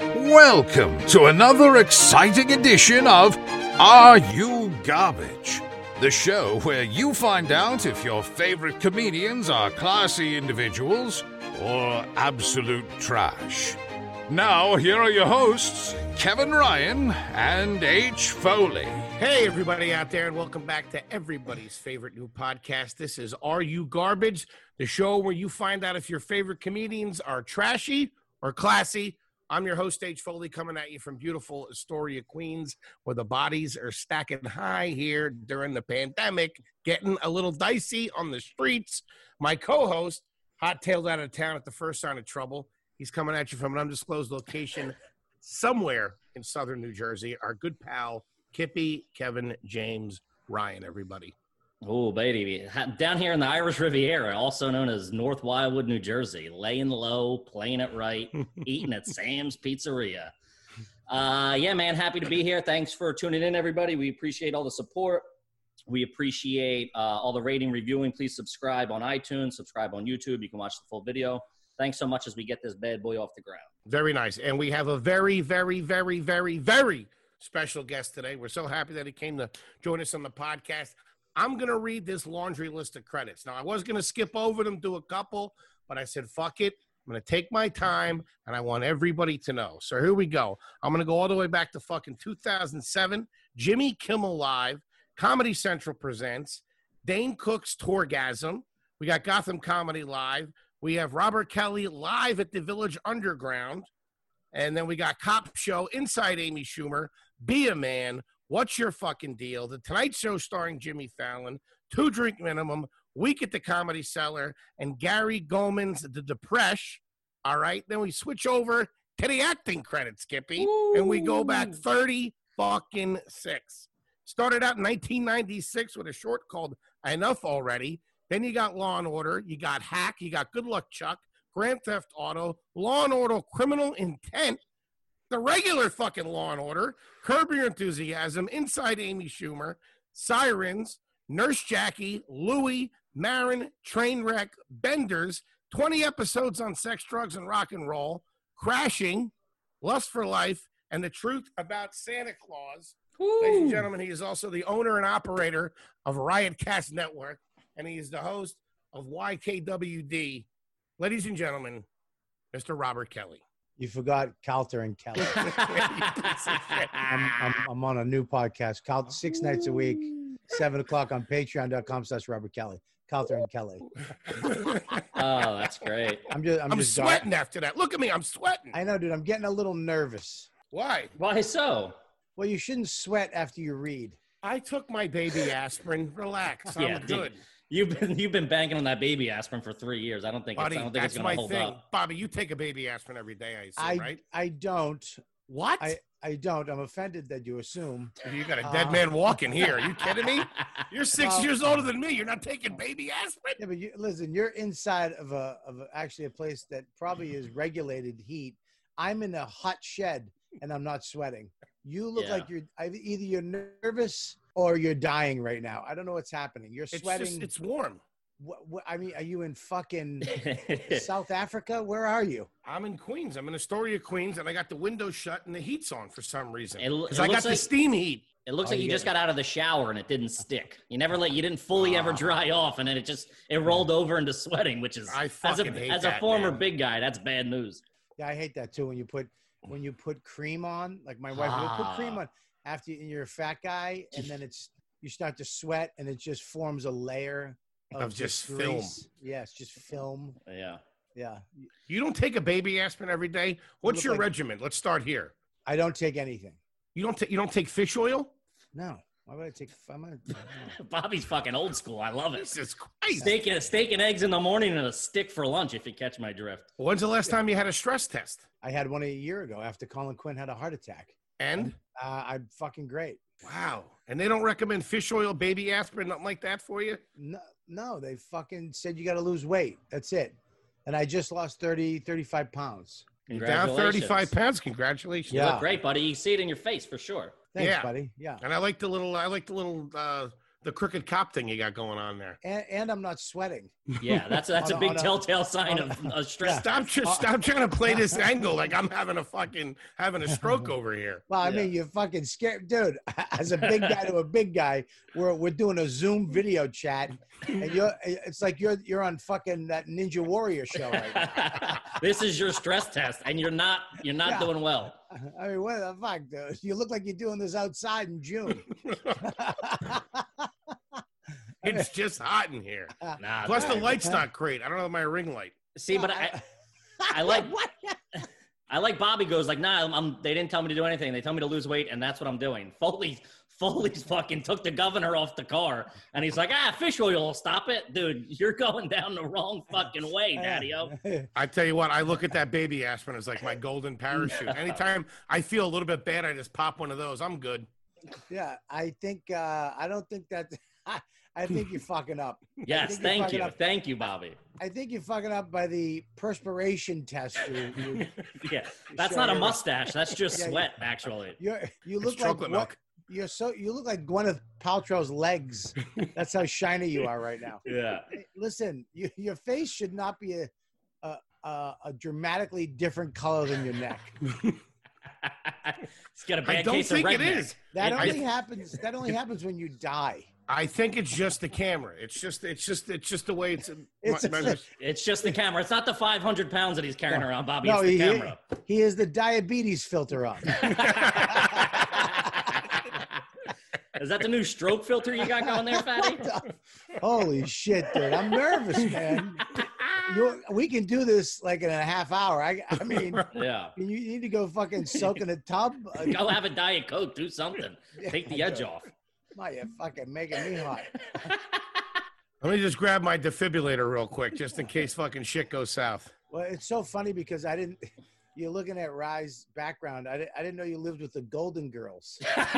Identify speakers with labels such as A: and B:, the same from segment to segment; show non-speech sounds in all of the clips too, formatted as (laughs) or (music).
A: Welcome to another exciting edition of Are You Garbage? The show where you find out if your favorite comedians are classy individuals or absolute trash. Now, here are your hosts, Kevin Ryan and H. Foley.
B: Hey, everybody out there, and welcome back to everybody's favorite new podcast. This is Are You Garbage, the show where you find out if your favorite comedians are trashy or classy. I'm your host, H. Foley, coming at you from beautiful Astoria, Queens, where the bodies are stacking high here during the pandemic, getting a little dicey on the streets. My co host, hot tailed out of town at the first sign of trouble, he's coming at you from an undisclosed location somewhere in southern New Jersey. Our good pal, Kippy, Kevin, James, Ryan, everybody.
C: Oh, baby. Ha- Down here in the Irish Riviera, also known as North Wildwood, New Jersey, laying low, playing it right, eating at Sam's Pizzeria. Uh, yeah, man, happy to be here. Thanks for tuning in, everybody. We appreciate all the support. We appreciate uh, all the rating, reviewing. Please subscribe on iTunes, subscribe on YouTube. You can watch the full video. Thanks so much as we get this bad boy off the ground.
B: Very nice. And we have a very, very, very, very, very special guest today. We're so happy that he came to join us on the podcast. I'm going to read this laundry list of credits. Now, I was going to skip over them, do a couple, but I said, fuck it. I'm going to take my time and I want everybody to know. So here we go. I'm going to go all the way back to fucking 2007. Jimmy Kimmel Live, Comedy Central Presents, Dane Cook's Torgasm. We got Gotham Comedy Live. We have Robert Kelly live at the Village Underground. And then we got Cop Show Inside Amy Schumer, Be a Man, What's Your Fucking Deal, The Tonight Show starring Jimmy Fallon, Two Drink Minimum, Week at the Comedy Cellar, and Gary Goldman's The Depresh. All right. Then we switch over to the acting credits, Skippy, and we go back 30 fucking six. Started out in 1996 with a short called Enough Already. Then you got Law and Order, you got Hack, you got Good Luck Chuck, Grand Theft Auto, Law and Order Criminal Intent, the regular fucking Law and Order, Curb Your Enthusiasm, Inside Amy Schumer, Sirens, Nurse Jackie, Louie, Marin, Trainwreck, Benders, 20 episodes on sex, drugs, and rock and roll, Crashing, Lust for Life, and The Truth About Santa Claus. Ladies and gentlemen, he is also the owner and operator of Riotcast Network, and he is the host of YKWD. Ladies and gentlemen, Mr. Robert
C: (laughs)
B: Kelly.
D: You forgot Calter and Kelly. (laughs) I'm, I'm, I'm on a new podcast, Cal- six nights a week, seven o'clock on patreon.com slash Robert Kelly. Calter and Kelly.
C: Oh, that's great.
D: I'm just, I'm,
B: I'm
D: just dying.
B: sweating after that. Look at me, I'm sweating.
D: I know, dude. I'm getting a little nervous.
B: Why?
C: Why so?
D: Well, you shouldn't sweat after you read.
B: I took my baby aspirin. Relax, I'm
C: Yeah, dude. (laughs)
B: good.
C: You've been you've been banking on that baby aspirin for three years. I don't think
B: Buddy,
C: it's, I don't think it's
B: that's
C: gonna
B: my
C: hold
B: thing.
C: up.
B: Bobby, you take a baby aspirin every day, I
D: I
B: assume, right?
D: I don't.
B: What?
D: I I don't. I'm offended that you assume.
B: you got a dead
C: Ah.
D: Uh,
B: man walking here. Are you kidding
C: (laughs)
B: me? You're six
D: Well-
B: years older than me. You're not taking baby aspirin?
D: Yeah, but you, listen, you're inside of a of a, actually a place that
B: (laughs)
D: probably is regulated heat. I'm in a hot shed and I'm not sweating. You look
C: Yeah.
D: like you're I- either you're nervous or you're dying right now. I don't know what's happening. You're
B: It's
D: sweating.
B: just, it's warm.
D: What, what, I mean, are you
B: (laughs)
D: in fucking South Africa? Where are you?
B: I'm in Queens. I'm in Astoria, Queens, and I got the windows shut and the heat's on for some reason.
C: It l-
B: Because
C: it
B: I got
C: looks
B: the
C: like-
B: steam heat.
C: It looks
D: Oh,
C: like
D: you
C: you
D: get
C: just
D: it.
C: got out of the shower and it didn't stick. You never let you didn't fully ever
B: Ah.
C: dry off, and then it just it rolled over into sweating, which is
B: I
C: as a
B: fucking hate
C: as
B: that,
C: a former
B: man.
C: big guy, that's bad news.
D: Yeah, I hate that too. When you put when you put cream on, like my wife will put cream
C: Ah.
D: on after you, and you're a fat guy, and then it's you start to sweat, and it just forms a layer of,
B: Of just film.
D: grease. Yeah, it's just film.
C: Yeah.
D: Yeah,
B: You don't take a baby aspirin every day. What's
D: look
B: your
D: like-
B: regimen? Let's start here.
D: I don't take anything.
B: You don't take you don't take fish oil?
D: No, why would I take? I'm gonna,
C: (laughs) Bobby's fucking old school. I love it.
B: Jesus Christ.
C: Steak and steak and eggs in the morning and a stick for lunch if you catch my drift.
B: When's the last time you had a stress test?
D: I had one a year ago after Colin Quinn had a heart attack.
B: And
D: Uh, I'm fucking great.
B: wow. And they don't recommend fish oil, baby aspirin, nothing like that for you?
D: No, no, they fucking said you got to lose weight. That's it. And I just lost 30, 35 pounds.
B: You're down
C: Congratulations.
B: 35 pounds. Congratulations.
C: You
D: Yeah. (laughs)
C: look great, buddy. You see it in your face for sure.
D: Thanks,
B: Yeah.
D: buddy. Yeah.
B: And I like the little I like the little uh the crooked cop thing you got going on there.
D: and, and I'm not sweating.
C: Yeah, that's that's a
D: On a-
C: big
D: on a-
C: telltale sign
D: on
C: of a stress.
B: Stop, tr-
D: Uh,
B: stop trying to play this
D: (laughs)
B: angle like I'm having a fucking having a stroke over here.
D: Well, I
C: Yeah.
D: mean, you're fucking scared, dude. (laughs) As a big guy to a big guy, we're we're doing a Zoom video chat,
C: (laughs)
D: and you're it's like you're you're on fucking that Ninja Warrior show. Right
C: (laughs)
D: now.
C: this is your stress test, and you're not you're not
D: Yeah.
C: doing well.
D: I mean, what the fuck, dude? You look like you're doing this outside in June.
B: It's just hot in
D: (laughs)
B: here.
C: Nah,
B: Plus the
C: dude.
B: light's not great. I don't know my ring light.
C: See, but
D: (laughs)
C: I, I like-
D: what?
C: (laughs) I like Bobby goes like, nah, I'm, I'm- they didn't tell me to do anything. They told me to lose weight, and that's what I'm doing. Foley's Foley's (laughs) fucking took the governor off the car, and he's like, ah, fish oil will stop it, dude. You're going down the wrong fucking
D: (laughs)
C: way, Daddy-O.
B: I tell you what, I look at that baby aspirin as like my golden parachute. Anytime I feel a little bit bad, I just pop one of those. I'm good.
D: Yeah, I think uh, I don't think that. (laughs) I think you're fucking up.
C: Yes,
D: think you're
C: thank
D: fucking
C: you,
D: up.
C: thank you, Bobby.
D: I think you're fucking up by the perspiration test. You, (laughs) you,
C: Yeah, (laughs) that's
D: showing
C: not a
D: your-
C: mustache. That's just
D: (laughs) Yeah, you-
C: sweat, actually.
D: You're, you
B: It's
D: look like
B: chocolate
D: Gwen-
B: milk.
D: You're so you look like Gwyneth Paltrow's legs. That's how shiny you are right now.
C: Yeah. (laughs)
D: Hey, Listen, you, your face should not be a, a a a dramatically different color than your neck.
C: He's got a
B: I
C: bad
B: don't
C: case of
B: think it
C: redneck.
B: is.
D: That
C: And I-
D: only happens. That only happens when you die.
B: I think it's just the camera. It's just it's just it's just the way it's.
D: (laughs) It's
B: my- my-
C: It's just the camera. It's not the 500 pounds that he's carrying around, Bobby.
D: No,
C: it's the
D: he-
C: camera.
D: He has the diabetes filter
C: (laughs)
D: on.
C: Is that the new stroke filter you got going there, Fatty?
D: (laughs) Holy shit, dude! I'm nervous, man. you we can do this like in a half hour. I
C: (laughs)
D: I mean,
C: Yeah.
D: you need to go fucking soak in a tub. Uh,
C: Go have a Diet Coke. Do something. Take the
D: (laughs)
C: edge off.
D: My, you're fucking making me hot.
B: (laughs) Let me just grab my defibrillator real quick, just in case fucking shit goes south.
D: Well, it's so funny because I didn't. (laughs) You're looking at Rye's background. I didn't, I didn't know you lived with the Golden Girls. What (laughs)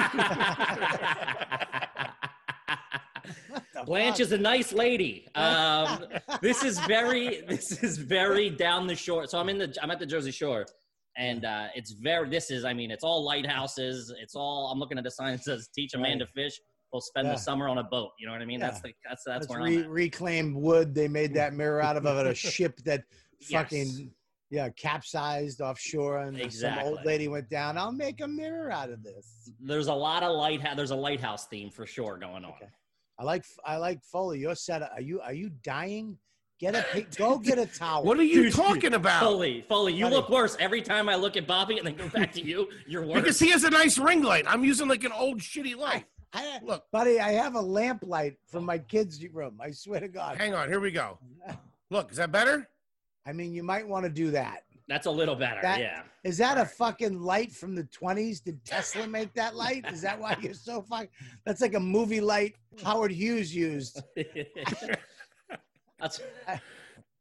D: the
C: Blanche
D: fuck?
C: is a nice lady. Um, this is very this is very down the shore. So I'm in the I'm at the Jersey Shore, and uh, it's very this is I mean it's all lighthouses. It's all I'm looking at the sign that says "Teach a man to fish." We'll spend
D: Yeah.
C: the summer on a boat. You know what I mean?
D: Yeah.
C: That's the that's that's
D: That's
C: where
D: re-
C: I'm at.
D: reclaimed wood. They made that mirror out of of
C: (laughs)
D: a ship that fucking
C: Yes.
D: yeah capsized offshore, and some
C: Exactly.
D: old lady went down. I'll make a mirror out of this.
C: There's a lot of lighthouse. There's a lighthouse theme for sure going on.
D: Okay. I like I like Foley. Your setup. Are you are you dying? Get a pa- go get a towel.
B: What are you
C: Dude,
B: talking about?
C: Foley, Foley, you
D: Buddy.
C: look worse every time I look at Bobby and then go back to
B: (laughs)
C: you. You're worse.
B: Because he has a nice ring light. I'm using like an old shitty
C: (laughs)
B: light.
D: I-
B: Look,
D: buddy? I have a lamp light from my kids' room. I swear to God.
B: hang on. Here we go. Look, is that better?
D: I mean, you might want to do that.
C: That's a little better.
B: (laughs)
D: That-
C: yeah.
D: Is that a fucking light from the 20s? Did Tesla make that light? Is that why you're so fucking? That's like a movie light Howard Hughes used.
C: That's,
D: I-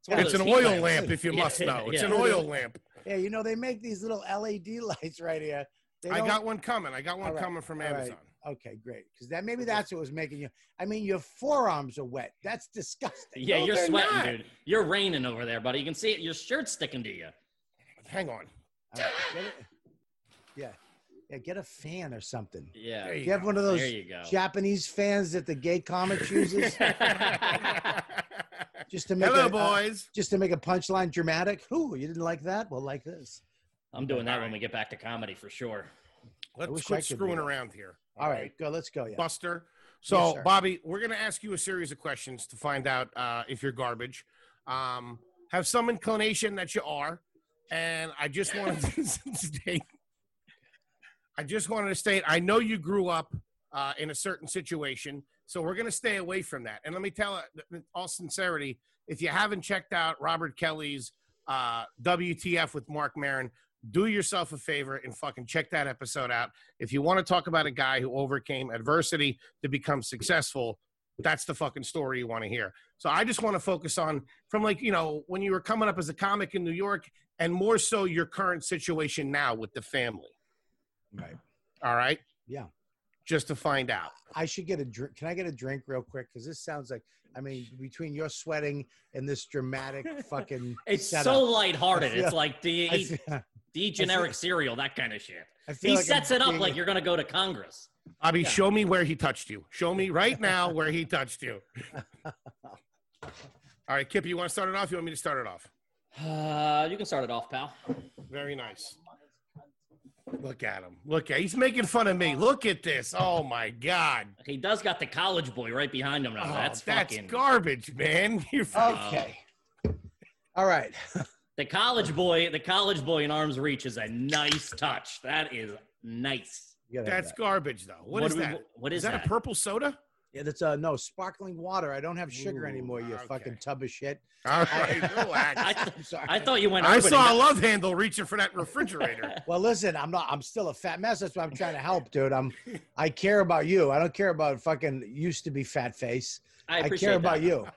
C: one of
B: It's
C: those
B: an
C: heat
B: oil
C: lamps.
B: lamp, if you
C: (laughs) Yeah,
B: must know. It's
C: yeah.
B: an oil lamp.
D: Yeah, you know they make these little LED lights right here. They
B: I
D: don't-
B: got one coming. I got one
D: All right,
B: coming from
D: all right.
B: Amazon.
D: okay, great. Because that maybe that's what was making you. I mean, your forearms are wet. That's disgusting.
C: Yeah,
B: No,
C: you're
B: they're
C: sweating,
B: not.
C: dude. You're raining over there, buddy. You can see it. Your shirt's sticking to you.
B: Hang
C: (laughs)
B: on.
D: All right, get it- yeah, yeah. Get a fan or something.
B: There
C: Yeah.
B: you
D: You have
B: go.
D: one of
C: There
D: those
C: you go.
D: Japanese fans that the gay comic uses
B: (laughs)
D: just to make
B: Hello,
D: a- a-
B: boys.
D: just to make a punchline dramatic. Ooh, you didn't like that? Well, like this.
C: (laughs) I'm doing that when we get back to comedy for sure.
B: Let's
D: wish I
B: quit
D: could do
B: screwing
D: that.
B: around here.
D: All right, go. Let's go. Yeah.
B: Buster. So,
D: sir.
B: Bobby, we're going to ask you a series of questions to find out uh, if you're garbage. Um, have some inclination that you are, and I just wanted to state. I just wanted to state. I know you grew up uh, in a certain situation, so we're going to stay away from that. And let me tell it in all sincerity: if you haven't checked out Robert Kelly's uh, WTF with Mark Maron, do yourself a favor and fucking check that episode out. If you want to talk about a guy who overcame adversity to become successful, that's the fucking story you want to hear. So I just want to focus on from like, you know, when you were coming up as a comic in New York and more so your current situation now with the family.
D: Right.
B: All right.
D: Yeah.
B: Just to find out.
D: I should get a drink. Can I get a drink real quick? Because this sounds like. I mean, between your sweating and this
B: (laughs)
D: dramatic fucking.
C: It's
D: setup,
C: so lighthearted. It's
D: (laughs) Yeah.
C: like the
D: I feel,
C: the generic cereal, that kind of shit.
D: I feel
C: He
D: like I'm
C: sets it up
D: being-
C: like you're gonna go to Congress.
B: Bobby,
D: Yeah.
B: show me where he touched you. Show me
D: (laughs)
B: right now where he touched you. All right, Kip, you want to start it off? You want me to start it off?
C: Uh, you can start it off, pal.
B: Very nice. Look at him. Look at he's making fun of me. Look at this. Oh my god.
C: He does got the college boy right behind him now.
B: Oh,
C: that's,
B: that's
C: fucking
B: garbage, man. (laughs) You're fucking
D: Okay.
B: Oh.
D: All right.
C: the college boy. The college boy in arm's reach is a nice touch. That is nice.
D: You gotta have
B: that's
D: that.
B: garbage though.
C: What
B: what is
C: do we-
B: that?
C: What
B: Is that, a purple soda?
D: yeah, that's uh no sparkling water. I don't have sugar
B: Ooh,
D: anymore. You
B: okay.
D: fucking tub of shit.
B: All right,
C: I,
B: (laughs) relax.
C: th-
D: (laughs) I'm sorry.
C: I thought you went.
B: I
C: urban
B: saw a
C: and
B: love handle reaching for that
C: (laughs)
B: refrigerator.
D: well, listen, I'm not. I'm still a fat mess. That's why I'm trying to help, dude. I'm. I care about you. I don't care about fucking used to be fat face.
C: got- I,
D: I,
C: appreciate
D: care about
C: that.
D: you.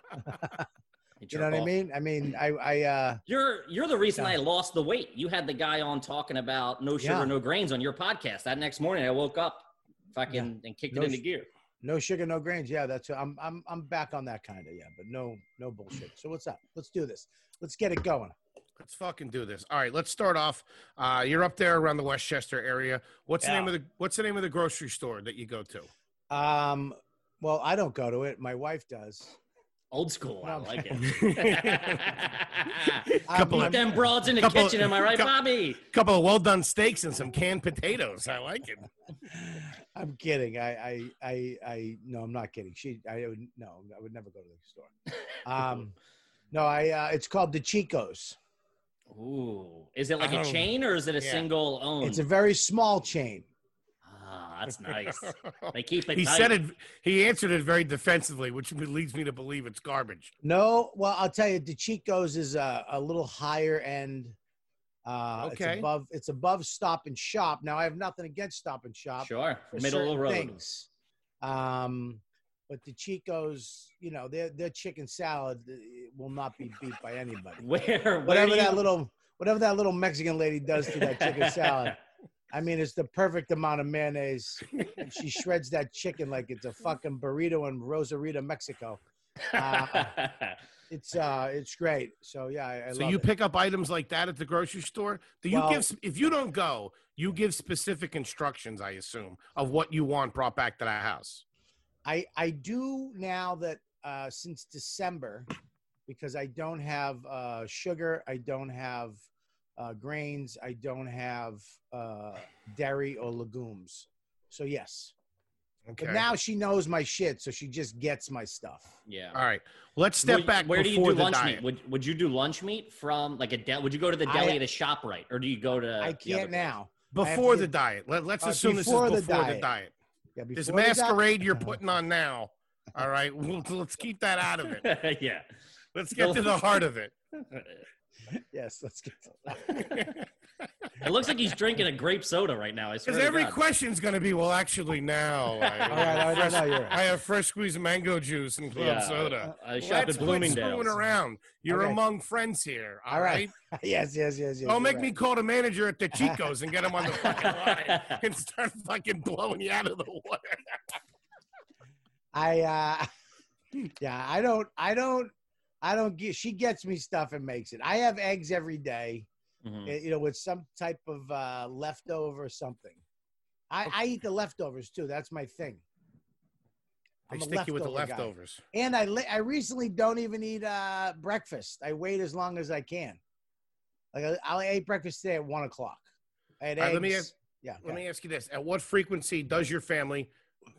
D: You
C: jerk
D: know what I
C: off.
D: mean? I mean, I. I. uh
C: You're you're the reason
D: Yeah.
C: I lost the weight. You had the guy on talking about no sugar,
D: Yeah.
C: no grains on your podcast. That next morning, I woke up, fucking, and kicked
D: No
C: it into
D: sh-
C: gear.
D: No sugar, no grains. Yeah, that's. I'm. I'm. I'm back on that kind of. Yeah, but no. No bullshit. So what's up? Let's do this. Let's get it going.
B: Let's fucking do this. All right, let's start off. Uh, you're up there around the Westchester area. What's the
D: Yeah.
B: name of the What's the name of the grocery store that you go to?
D: Um. Well, I don't go to it. My wife does.
C: Old school. I
D: No.
C: like
B: A
C: (laughs)
D: (laughs)
C: it.
D: Couple
C: Beat
D: of-
C: them broads in the
B: couple-
C: kitchen. Am I right,
B: couple-
C: Bobby?
B: couple of well done steaks and some canned potatoes. I like it.
D: I'm kidding. I, I, I, I, no, I'm not kidding. She, I would, no, I would never go to the store. Um, no, I, uh, it's called the Chicos.
C: Ooh, is it like
B: I
C: a
B: don't-
C: chain or is it a
B: Oh, yeah.
C: single own?
D: It's a very small chain.
C: ah, that's
B: (laughs)
C: (laughs) nice. They keep it.
B: he
C: tight.
B: said it. He answered it very defensively, which (laughs) leads me to believe it's garbage.
D: No, well, I'll tell you, the Chicos is a, a little higher end. Uh,
B: Okay.
D: It's above, it's above Stop and Shop. Now, I have nothing against Stop and Shop.
C: Sure,
D: for
C: middle of the
D: certain
C: road.
D: Things. Um, but the Chicos, you know, their their chicken salad uh, will not be beat by anybody.
C: (laughs) Where, where
D: whatever
C: do
D: that
C: you-
D: little whatever that little Mexican lady does to that
C: (laughs)
D: chicken salad. I mean, it's the perfect amount of mayonnaise. And she shreds that chicken like it's a fucking burrito in Rosarita, Mexico. Uh, It's uh, it's great. So yeah, I, I
B: so
D: love
B: you
D: it.
B: pick up items like that at the grocery store. Do you
D: Well-
B: give? s- If you don't go, you give specific instructions. I assume of what you want brought back to that house.
D: I I do now that uh, since December, because I don't have uh, sugar, I don't have uh, grains, I don't have uh, dairy or legumes. So yes,
B: Okay.
D: but now she knows my shit, so she just gets my stuff.
C: yeah.
B: All right. Let's step
C: Would-
B: back
C: Where do you
B: before
C: do
B: the
C: lunch
B: diet.
C: meat? Would Would you do lunch meat from like a deli? Would you go to the
D: I-
C: deli at a shop right, or do you go
B: Uh,
C: to?
D: I
C: the other
D: can't
C: place?
D: now.
B: Before
D: to
B: the
D: get-
B: diet. Let, let's
D: Uh,
B: assume this is
D: before
B: before
D: the
B: the diet.
D: diet. Yeah,
B: This
D: before the doc-
B: masquerade
D: (laughs)
B: you're putting on now. All right. (laughs) We'll, let's keep that out of it.
C: (laughs) yeah.
B: Let's get
C: (laughs)
B: to the heart of it.
D: Yes, let's get.
C: It looks like he's drinking a grape soda right now. I swear.
B: Because
C: to
B: every
C: God.
B: question's going to be, well, actually, now I,
C: (laughs)
D: All (laughs) right, all right, no, no, you're
B: (laughs)
D: right.
B: I have fresh squeezed mango juice and club
C: Yeah.
B: soda.
C: I
B: Let's
C: shopped Uh, at
B: quit screwing
C: Bloomingdale's.
B: around. You're
D: All right.
B: among friends here. all
D: All right.
B: right?
D: yes, yes, yes, yes.
B: Don't
D: you're
B: make
D: right.
B: me call the manager at the Chicos and get him on the (laughs) fucking line
C: (laughs)
B: and start fucking blowing you out of the water.
D: I. uh (laughs) Yeah, I don't. I don't. I don't get. She gets me stuff and makes it. I have eggs every day.
B: Mm-hmm.
C: Mhm.
D: eh, You know, with some type of uh leftover something. I, I eat the leftovers too. That's my thing.
B: They
D: I'm a
B: stick you with the
D: leftover guy.
B: leftovers.
D: And I li- I recently don't even eat uh, breakfast. I wait as long as I can. Like I, I ate breakfast today at one o'clock. I had
B: All right, let me
D: eggs.
B: ask-
D: yeah.
B: Let me ask you this: At what frequency does your family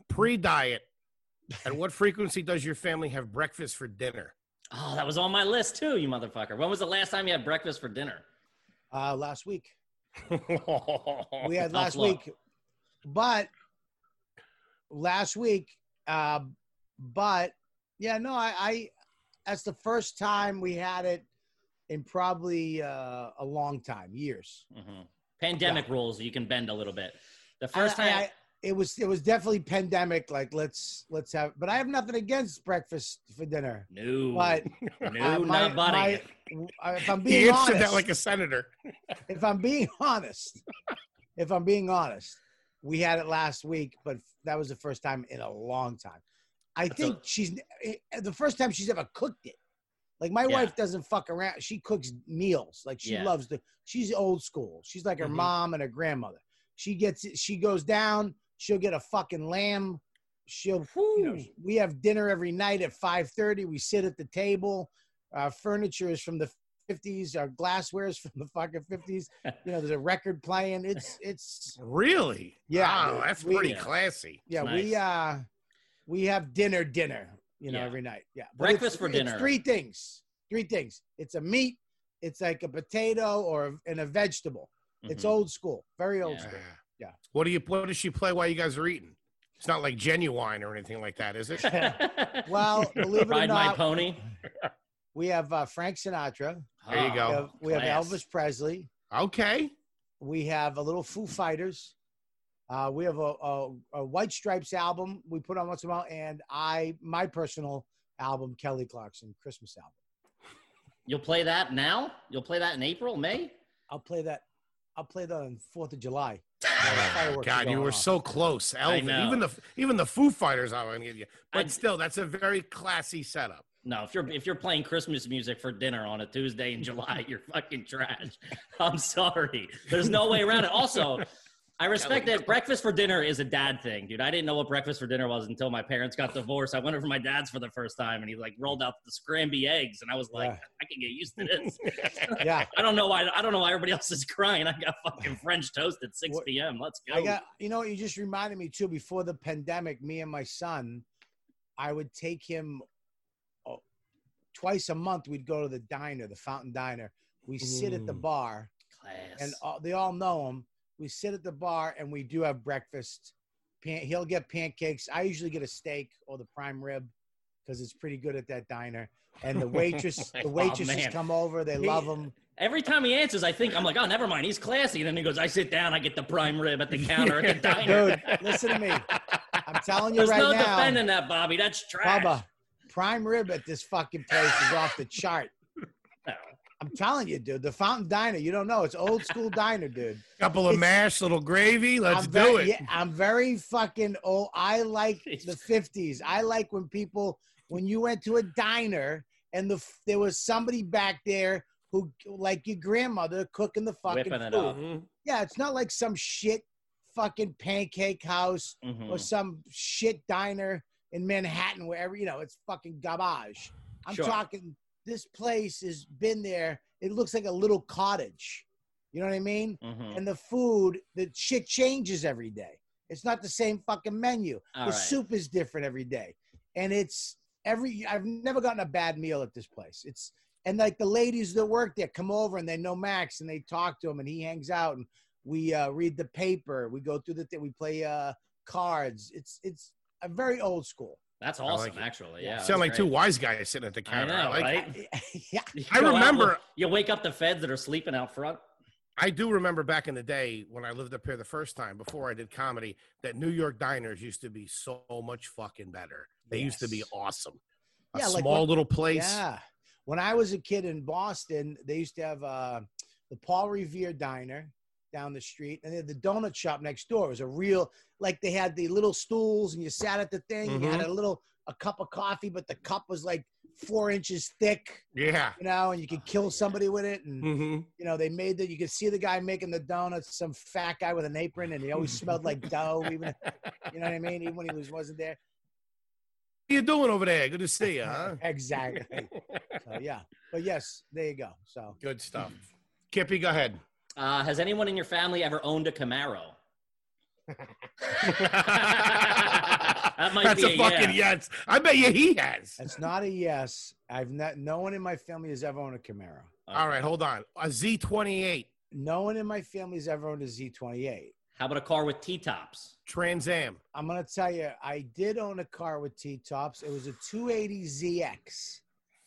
B: pre-diet? At what frequency does your family have breakfast for dinner?
C: Oh, that was on my list too, you motherfucker. When was the last time you had breakfast for dinner? (laughs)
D: uh, last week
B: (laughs)
D: we
C: (laughs)
B: we
D: had
C: tough
D: last
C: luck.
D: week, but last week, uh, but yeah, no, I, I that's the first time we had it in probably uh, a long time, years.
C: Mhm. Pandemic rules, you can bend a little bit. The first
D: I- I-
C: time.
D: I- it was it was definitely pandemic. Like let's let's have, but I have nothing against breakfast for dinner.
C: no.
D: But
C: No,
D: Uh, my-
C: not buddy.
D: my- w- I- if I'm
B: He
D: being
B: answered
D: honest,
B: that like a senator.
D: if I'm being (laughs) honest, if I'm being honest, we had it last week, but that was the first time in a long time. I
C: That's
D: think she's eh, the first time she's ever cooked it. Like my
C: Yeah.
D: wife doesn't fuck around. She cooks meals. Like she
C: Yeah. Mm-hmm.
D: loves to. She's old school. She's like her
B: Mhm.
D: mom and her grandmother. She gets it. She goes down. She'll get a fucking lamb. She'll you know,
B: Whew.
D: we have dinner every night at 5.30 we sit at the table our furniture is from the 50s our glassware is from the fucking
C: (laughs)
D: 50s you know there's a record playing it's it's
B: Really?
D: Yeah,
B: Wow,
D: dude.
B: that's
D: We-
B: pretty
C: Yeah.
B: classy.
D: yeah we
C: Nice.
D: uh we have dinner dinner you know
C: Yeah.
D: every night yeah it's-
C: Breakfast for
D: it's
C: dinner.
D: three things three things it's a meat it's like a potato or a- and a vegetable it's
C: Mhm.
D: old school very old
C: Yeah.
D: school Yeah.
B: What do you? What does she play while you guys are eating? It's not like genuine or anything like that, is
D: (laughs)
B: it?
D: well believe it or
C: Ride my
D: not
C: pony.
D: we have uh, frank sinatra
B: There you go.
D: we
B: Oh,
D: have, we have
C: class.
D: elvis presley
B: Okay.
D: We have a little Foo Fighters. Uh, we have a, a, a White Stripes album we put on once in a while, and I my personal album Kelly Clarkson Christmas album.
C: You'll play that now? You'll play that in April, May?
D: I'll play that. I'll play that on Fourth of July. fireworks
B: God, you
D: going
B: were
D: on.
B: so close, Elvin.
C: know.
B: Even the even the Foo Fighters, I wouldn't give you. But
C: I-
B: still, that's a very classy setup.
C: No, if you're if you're playing Christmas music for dinner on a Tuesday in
D: (laughs)
C: July, you're fucking trash. I'm sorry. There's no way around it. Also, I respect that breakfast for dinner is a dad thing, dude. I didn't know what breakfast for dinner was until my parents got divorced. I went over to my dad's for the first time and he like rolled out the scramby eggs and I was like,
D: Yeah.
C: I can get used to this. (laughs)
D: Yeah,
C: I don't know why I don't know why everybody else is crying. I got fucking French toast at 6
D: What-
C: p.m. Let's (laughs) go.
D: I got. You know, you just reminded me too. Before the pandemic, me and my son, I would take him oh, twice a month. We'd go to the diner, the Fountain Diner. We sit at the
B: Mm.
D: bar.
C: Class.
D: and all, they all know him. We sit at the bar and we do have breakfast. Pan, he'll get pancakes. I usually get a steak or the prime rib because it's pretty good at that diner.
C: (laughs)
D: And the waitress, the
C: Oh,
D: waitresses
C: man.
D: come over. They
C: He-
D: love him.
C: Every time he answers, I think I'm like, oh, never mind. He's classy. And then he goes, I sit down, I get the prime rib at the counter at the
D: (laughs)
C: diner.
D: Dude, listen to me. I'm telling you
C: There's
D: right
C: no
D: now,
C: defending that, Bobby. That's trash.
D: Bubba, prime rib at this fucking place is off the chart.
C: (laughs) No.
D: I'm telling you, dude. The Fountain Diner. You don't know. It's old school diner, dude.
B: Couple of
D: It's-
B: mash, little gravy. Let's
D: I'm
B: do
D: very,
B: it.
D: Yeah, I'm very fucking old. I like
B: (laughs)
D: the
C: Jeez.
D: 50s. I like when people, when you went to a diner and the f- there was somebody back there who, like your grandmother, cooking the fucking
C: Whipping it
D: food.
C: up.
B: Mhm.
D: Yeah, it's not like some shit fucking pancake house or
C: Mhm.
D: some shit diner in Manhattan wherever you know it's fucking garbage. I'm
C: Sure.
D: talking. This place has been there. It looks like a little cottage. You know what I mean?
C: Mhm.
D: and the food, the shit changes every day. It's not the same fucking menu.
C: All
D: the
C: right.
D: soup is different every day, and it's every. I've never gotten a bad meal at this place. It's and like the ladies that work there come over and they know Max and they talk to him and he hangs out and we uh, read the paper. We go through the thing. We play uh, cards. It's it's a very old school.
C: That's
B: like
C: awesome,
B: it.
C: actually. Yeah.
B: Sound
C: that's
B: like two
C: great.
B: wise guys sitting at the
C: I
B: counter.
C: know,
B: like, (laughs)
C: right?
D: (laughs) yeah,
C: You
B: I
C: go out,
B: remember-
C: look- you wake up the feds that are sleeping out front.
B: I do remember back in the day when I lived up here the first time before I did comedy that New York diners used to be so much fucking better. They used to be
D: Yes.
B: awesome. A
D: Yeah, like
B: small
D: what-
B: little place.
D: Yeah. When I was a kid in Boston, they used to have uh, the Paul Revere Diner down the street, and they had the donut shop next door. It was a real, like they had the little stools, and you sat at the thing. You had a little, a cup of coffee, but the cup was like four inches thick,
B: Yeah.
D: you know, and you could kill somebody with it. And
C: Mm-hmm.
B: hmm
D: you know, they made that. You could see the guy making the donuts, some fat guy with an apron, and he always smelled like dough. Even, you know what I mean? Even when he was wasn't there.
B: What you doing over there? Good to see you,
C: (laughs)
B: huh?
D: exactly. So yeah, but yes, there you go. So.
B: Good stuff. Kippy, go ahead.
C: Uh, has anyone in your family ever owned a Camaro? That (laughs) might
B: That's
C: be
B: a
C: a
B: fucking yes. I bet you he has.
D: That's not a yes. I've not. No one in my family has ever owned a Camaro.
C: Uh,
B: All right, hold on. A Z28
D: No one in my family has ever owned a Z28.
C: How about a car with T tops?
B: Trans Am.
D: I'm gonna tell you, I did own a car with T tops. It was a 280ZX.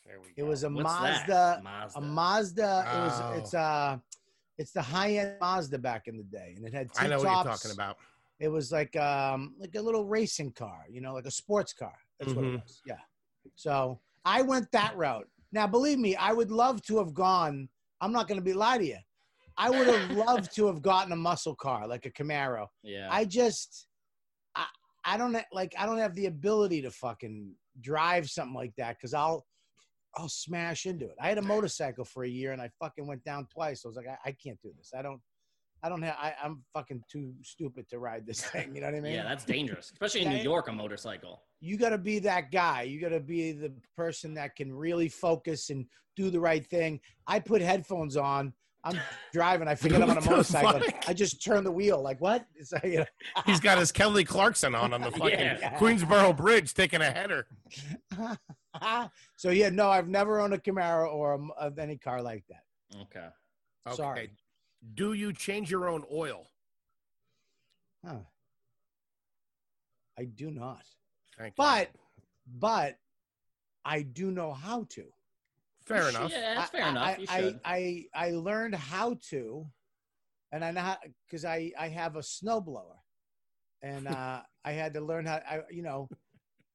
B: There we
D: It was a
C: What's
D: Mazda,
C: that? Mazda.
D: a Mazda. It
B: Oh.
D: was it's uh it's the high end Mazda back in the day, and it had T tops.
B: I know what you're talking about.
D: It was like um like a little racing car, you know, like a sports car. That's what it
B: Mhm.
D: was. Yeah. So I went that route. Now believe me, I would love to have gone. I'm not gonna be lie to you. I would have loved to have gotten a muscle car like a Camaro.
C: yeah.
D: I just I I don't ha- like I don't have the ability to fucking drive something like that because I'll I'll smash into it. I had a motorcycle for a year and I fucking went down twice. I was like, I, I can't do this. I don't I I don't have. I, I'm fucking too stupid to ride this thing. You know what I mean?
C: Yeah, that's dangerous, especially in
D: Yeah,
C: New
D: it-
C: York, a motorcycle.
D: you got to be that guy. You got to be the person that can really focus and do the right thing. I put headphones on.
B: (laughs)
D: I'm driving. I forget I'm on a
B: What the
D: motorcycle.
B: fuck?
D: I just turn the wheel. Like what? It's like, you know,
B: He's got his Kelly Clarkson on
C: (laughs)
B: on the fucking
C: Yeah.
B: Queensboro Bridge taking a header.
D: (laughs) so yeah, no, I've never owned a Camaro or a, of any car like that.
C: Okay.
B: Okay.
D: Sorry.
B: Do you change your own oil?
D: Huh. I do not,
B: Thank
D: But-
B: God.
D: but I do know how to.
B: fair
C: You
B: enough.
C: should- Yeah, that's fair
D: I,
C: enough.
D: I,
C: you
D: I,
C: should.
D: I, I learned how to, and I know how because I, I have a snowblower,
C: (laughs)
D: and uh, I had to learn how I you know.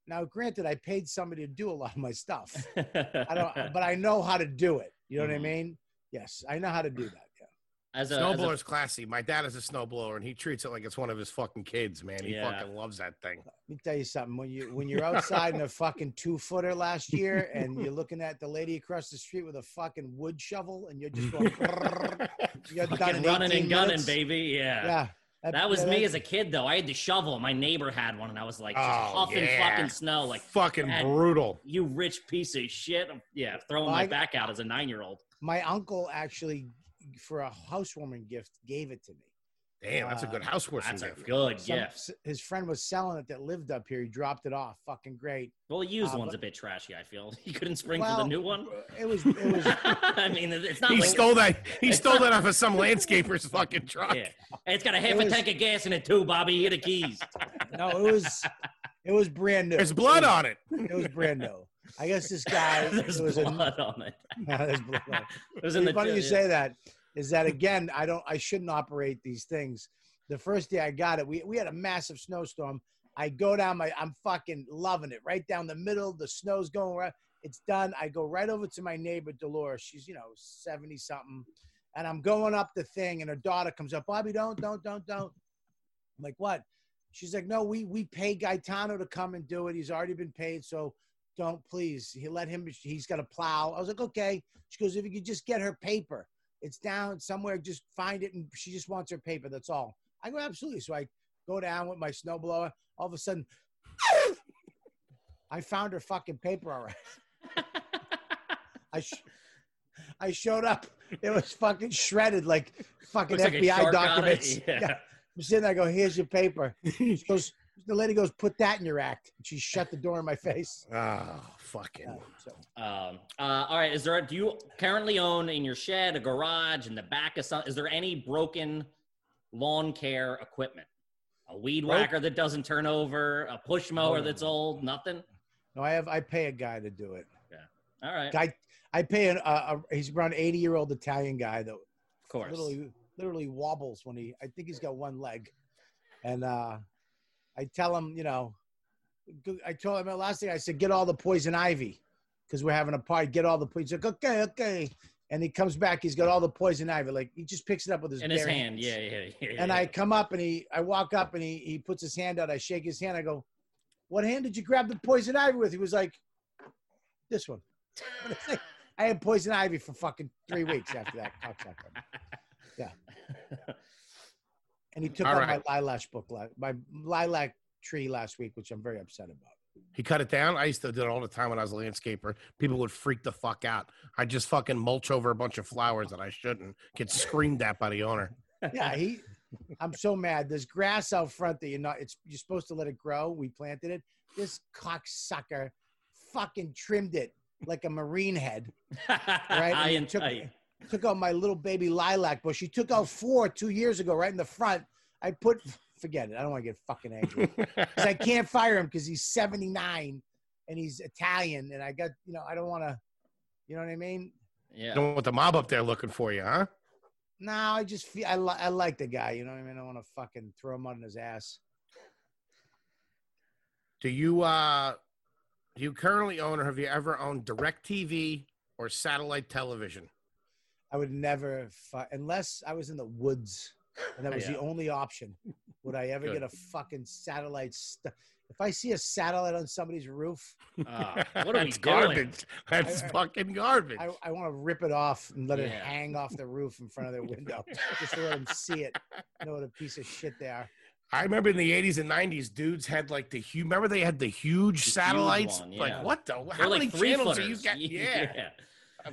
D: Now, granted, I paid somebody to do a lot of my stuff. I don't, but I know how to do it. You know what I
C: Mhm.
D: mean? Yes, I know how to do that. Yeah.
C: (laughs) as a, as a-
B: Snowblower's classy. My dad is a snowblower, and he treats it like it's one of his fucking kids, man. He
C: Yeah.
B: fucking loves that thing.
D: Let me tell you something. When you when you're outside in a fucking two footer last year, and
C: (laughs)
D: you're looking at the lady across the street with a fucking wood shovel, and you're just going, (laughs) you're done
C: fucking
D: in
C: running
D: 18
C: and gunning,
D: minutes.
C: baby. Yeah.
D: Yeah,
C: That was me
D: that-
C: as a kid, though. I had the shovel. My neighbor had one, and I was like, just
B: Oh,
C: huffing
B: yeah.
C: fucking snow, like
B: fucking
C: Dad.
B: brutal.
C: you rich piece of shit. I'm- yeah, throwing
D: Well,
C: my
D: I-
C: back out as a nine-year-old.
D: my uncle actually for a housewarming gift gave it to me
B: Damn, that's a good housewarming.
C: That's a
B: gift.
C: good
D: Some-
C: gift.
D: his friend was selling it that lived up here he dropped it off fucking great
C: Well, used
D: Uh,
C: one's
D: but-
C: a bit trashy. I feel (laughs) you couldn't spring for
D: Well,
C: the new one.
D: it was it
C: (laughs)
D: was
C: I mean, it- it's not
B: He
C: like
B: stole that. He stole that off of some landscaper's fucking truck.
C: (laughs) Yeah. Hey, it's got a half a
D: was-
C: tank of gas in it too, Bobby. Here the
D: (laughs)
C: keys.
D: no it was it was brand new
B: There's blood
D: it was,
B: on it.
D: it was brand new i guess this guy
C: (laughs) There's
D: it was a-
C: blood on it.
D: (laughs) there's blood on it.
C: (laughs) It was in the
D: funny you
C: yeah.
D: say that is that again i don't i shouldn't operate these things the first day i got it we, we had a massive snowstorm i go down my i'm fucking loving it right down the middle the snow's going right it's done i go right over to my neighbor dolores she's you know 70 something and i'm going up the thing and her daughter comes up bobby don't don't don't don't i'm like what she's like no we we pay gaetano to come and do it he's already been paid so don't please he let him he's got a plow i was like okay she goes, if you could just get her paper, it's down somewhere. Just find it, and she just wants her paper. That's all. I go absolutely. So I go down with my snowblower. All of a sudden, I found her fucking paper. All right, I sh- I showed up. It was fucking shredded, like fucking
C: Looks like a
D: FBI
C: shark got it.
D: documents.
C: (laughs) Yeah.
D: I'm sitting there. I go, here's your paper. She goes. The lady goes, put that in your act. And she shut the door in my face.
B: Oh, fucking.
D: Uh, so,
C: Um, uh, all right. Is there? Do you currently own in your shed, a garage, in the back of some? Is there any broken lawn care equipment? A weed
D: Broke-
C: whacker that doesn't turn over, a push mower
D: No.
C: that's old, nothing.
D: no, I have. I pay a guy to do it.
C: All right,
D: Guy, I pay an. Uh, a, he's around eighty year old Italian guy that
C: of course.
D: literally literally wobbles when he I think he's got one leg. And uh I tell him, you know, go- I told him last thing I said, get all the poison ivy because we're having a party. Get all the poison. He's like, okay, okay. And he comes back. He's got all the poison ivy. Like he just picks it up with his
C: in his
D: bare
C: hand.
D: hands.
C: Yeah, yeah, yeah.
D: And
C: yeah. (laughs)
D: I come up and he, I walk up and he, he puts his hand out. I shake his hand. I go, what hand did you grab the poison ivy with? He was like, this one. (laughs) I had poison ivy for fucking three weeks after that. cocksucker. And he took
B: All
D: out
B: right.
D: my lilac book, la- my lilac tree last week, which I'm very upset about.
B: He cut it down. I used to do it all the time when I was a landscaper. People would freak the fuck out. I just fucking mulch over a bunch of flowers that I shouldn't. Get screamed at by the owner. (laughs)
D: Yeah, he. I'm so mad. There's grass out front that you're not. It's you're supposed to let it grow. We planted it. This cocksucker, fucking trimmed it like a marine head.
C: right.
D: and you took- Took out my little baby lilac bush. He took out four two years ago, right in the front. I put. Forget it. I don't want to get fucking angry. 'Cause I can't fire him because he's 79 and he's Italian, and I got you know I don't want to. You know what I mean?
C: yeah.
B: Don't want the mob up there looking for you, huh?
D: No, I just feel I, li- I like the guy. You know what I mean? I want to fucking throw him out in his ass.
B: Do you uh do you currently own or have you ever owned direct TV or satellite television?
D: I would never, fu- unless I was in the woods, and that
C: (laughs)
D: was
C: Yeah.
D: the only option. would I ever
C: Good.
D: get a fucking satellite? St- if I see a satellite on somebody's roof,
B: (laughs)
C: Ah, what are we
B: That's
C: doing?
B: garbage. That's
D: I- I-
B: fucking garbage.
D: I, I want to rip it off and let it
C: Yeah.
D: hang off the roof in front of
C: (laughs)
D: their window just to let them see it. Know what a piece of shit they are.
B: I remember in the 80s and 90s, dudes had like the huge. Remember they had the huge
C: The huge
B: satellites.
C: one, yeah.
B: Like what the?
C: They're
B: How
C: like
B: many
C: three
B: channels
C: footers.
B: do you got? Yeah.
C: (laughs) yeah.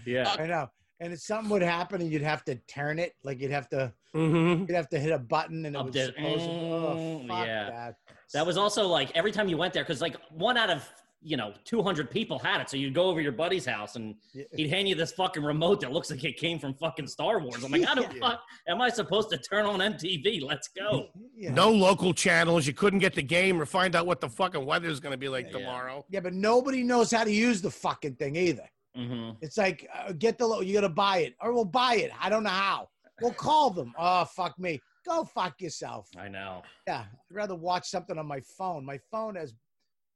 C: Yeah.
D: I know. And if something would happen, and you'd have to turn it, like you'd have to,
B: Mm-hmm.
D: you'd have to hit a button, and it
C: Up
D: was
C: there.
D: supposed. Oh,
C: Mm,
D: fuck
C: yeah.
D: that.
C: That was also like every time you went there, because like one out of you know 200 people had it. So you'd go over to your buddy's house and
D: Yeah.
C: (laughs) he'd hand you this fucking remote that looks like it came from fucking Star Wars. I'm like, how the
D: (laughs) Yeah.
C: fuck am I supposed to turn on MTV? Let's go.
D: Yeah.
B: No local channels. You couldn't get the game or find out what the fucking weather's going to be like
C: Yeah.
B: tomorrow.
D: Yeah, but nobody knows how to use the fucking thing either.
C: hmm
D: It's like uh, get the lo- you gotta buy it, or we'll buy it. I don't know how. We'll call them. (laughs) Oh fuck me. Go fuck yourself.
C: I know.
D: Yeah, I'd rather watch something on my phone. My phone has,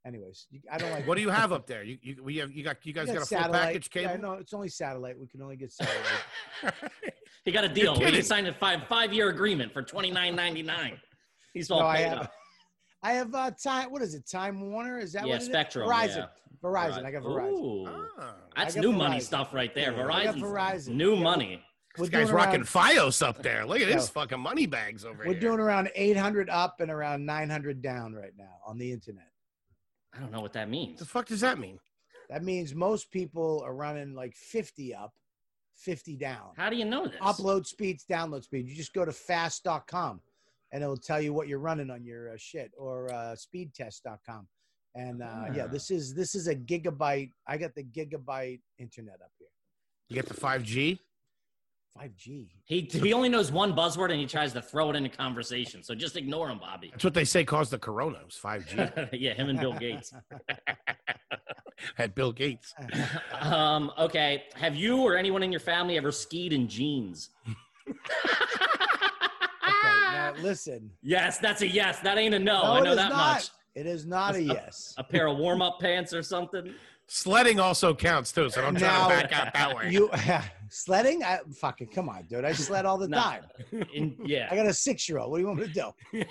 D: anyways. You, I don't like.
B: What do you have up there? You you we have you got you guys got, a full package
D: Yeah,
B: cable.
D: no, it's only satellite. We can only get satellite.
B: (laughs)
C: He got a deal.
B: kidding.
C: He signed a five five year agreement for twenty nine ninety nine. He's all
D: No, I
C: paid
D: have-
C: up.
D: I have uh, time. What is it? Time Warner? Is that
C: Yeah,
D: what it is?
C: Spectrum.
D: Verizon.
C: yeah.
D: Verizon. I got Verizon.
C: Ooh,
B: Ah.
C: that's
D: I got
C: new money
D: Verizon.
C: stuff right there.
D: Yeah, I got
C: Verizon's
D: Verizon.
C: new
D: Yeah, we-
C: money.
D: We're
B: This guy's
D: doing
B: rocking
D: around-
B: FiOS up there. Look at
D: Yeah.
B: this fucking money bags over
D: We're
B: here.
D: doing around 800 up and around 900 down right now on the internet.
C: I don't know what that means.
B: the fuck does that mean?
D: That means most people are running like 50 up, 50 down.
C: How do you know this?
D: upload speeds, download speed. You just go to fast.com and it'll tell you what you're running on your uh, shit or uh, speedtest.com. And uh, yeah,
C: Ah.
D: this is this is a gigabyte. I got the gigabyte internet up here.
B: You get the 5G?
D: 5G.
C: He he only knows one buzzword and he tries to throw it into conversation. So just ignore him,
D: (laughs)
C: Bobby. (laughs)
B: That's what they say caused the corona. It was 5G.
C: yeah, him and Bill Gates.
B: Had Bill Gates.
C: (laughs) Um, okay, have you or anyone in your family ever skied in jeans? (laughs)
D: Okay,
C: Ah!
D: now listen.
C: yes, that's a yes. That ain't a no.
D: No,
C: I
D: it
C: know
D: is
C: that
D: not.
C: much.
D: It is not a
C: That's-
D: yes.
C: A pair of warm up pants or something.
B: Sledding also counts too, so don't try
D: Now-
B: to back out that way.
D: You (laughs) sledding? I fucking come on, dude. I sled all
C: (laughs)
D: the
C: No.
D: time. (laughs)
C: In,
D: I
C: yeah.
D: got a six year old. What do you want me to do?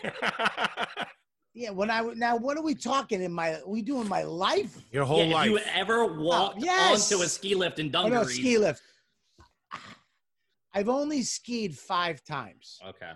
D: Yeah, when I now, what are we talking in my? We do in my
B: (laughs)
D: life? Oh,
B: Your
C: Yeah,
B: whole
C: if
B: life.
C: you ever walked
D: yes.
C: onto a ski lift in
D: Oh
C: dungarees.
D: no, ski lift. I've only skied five times.
C: Okay.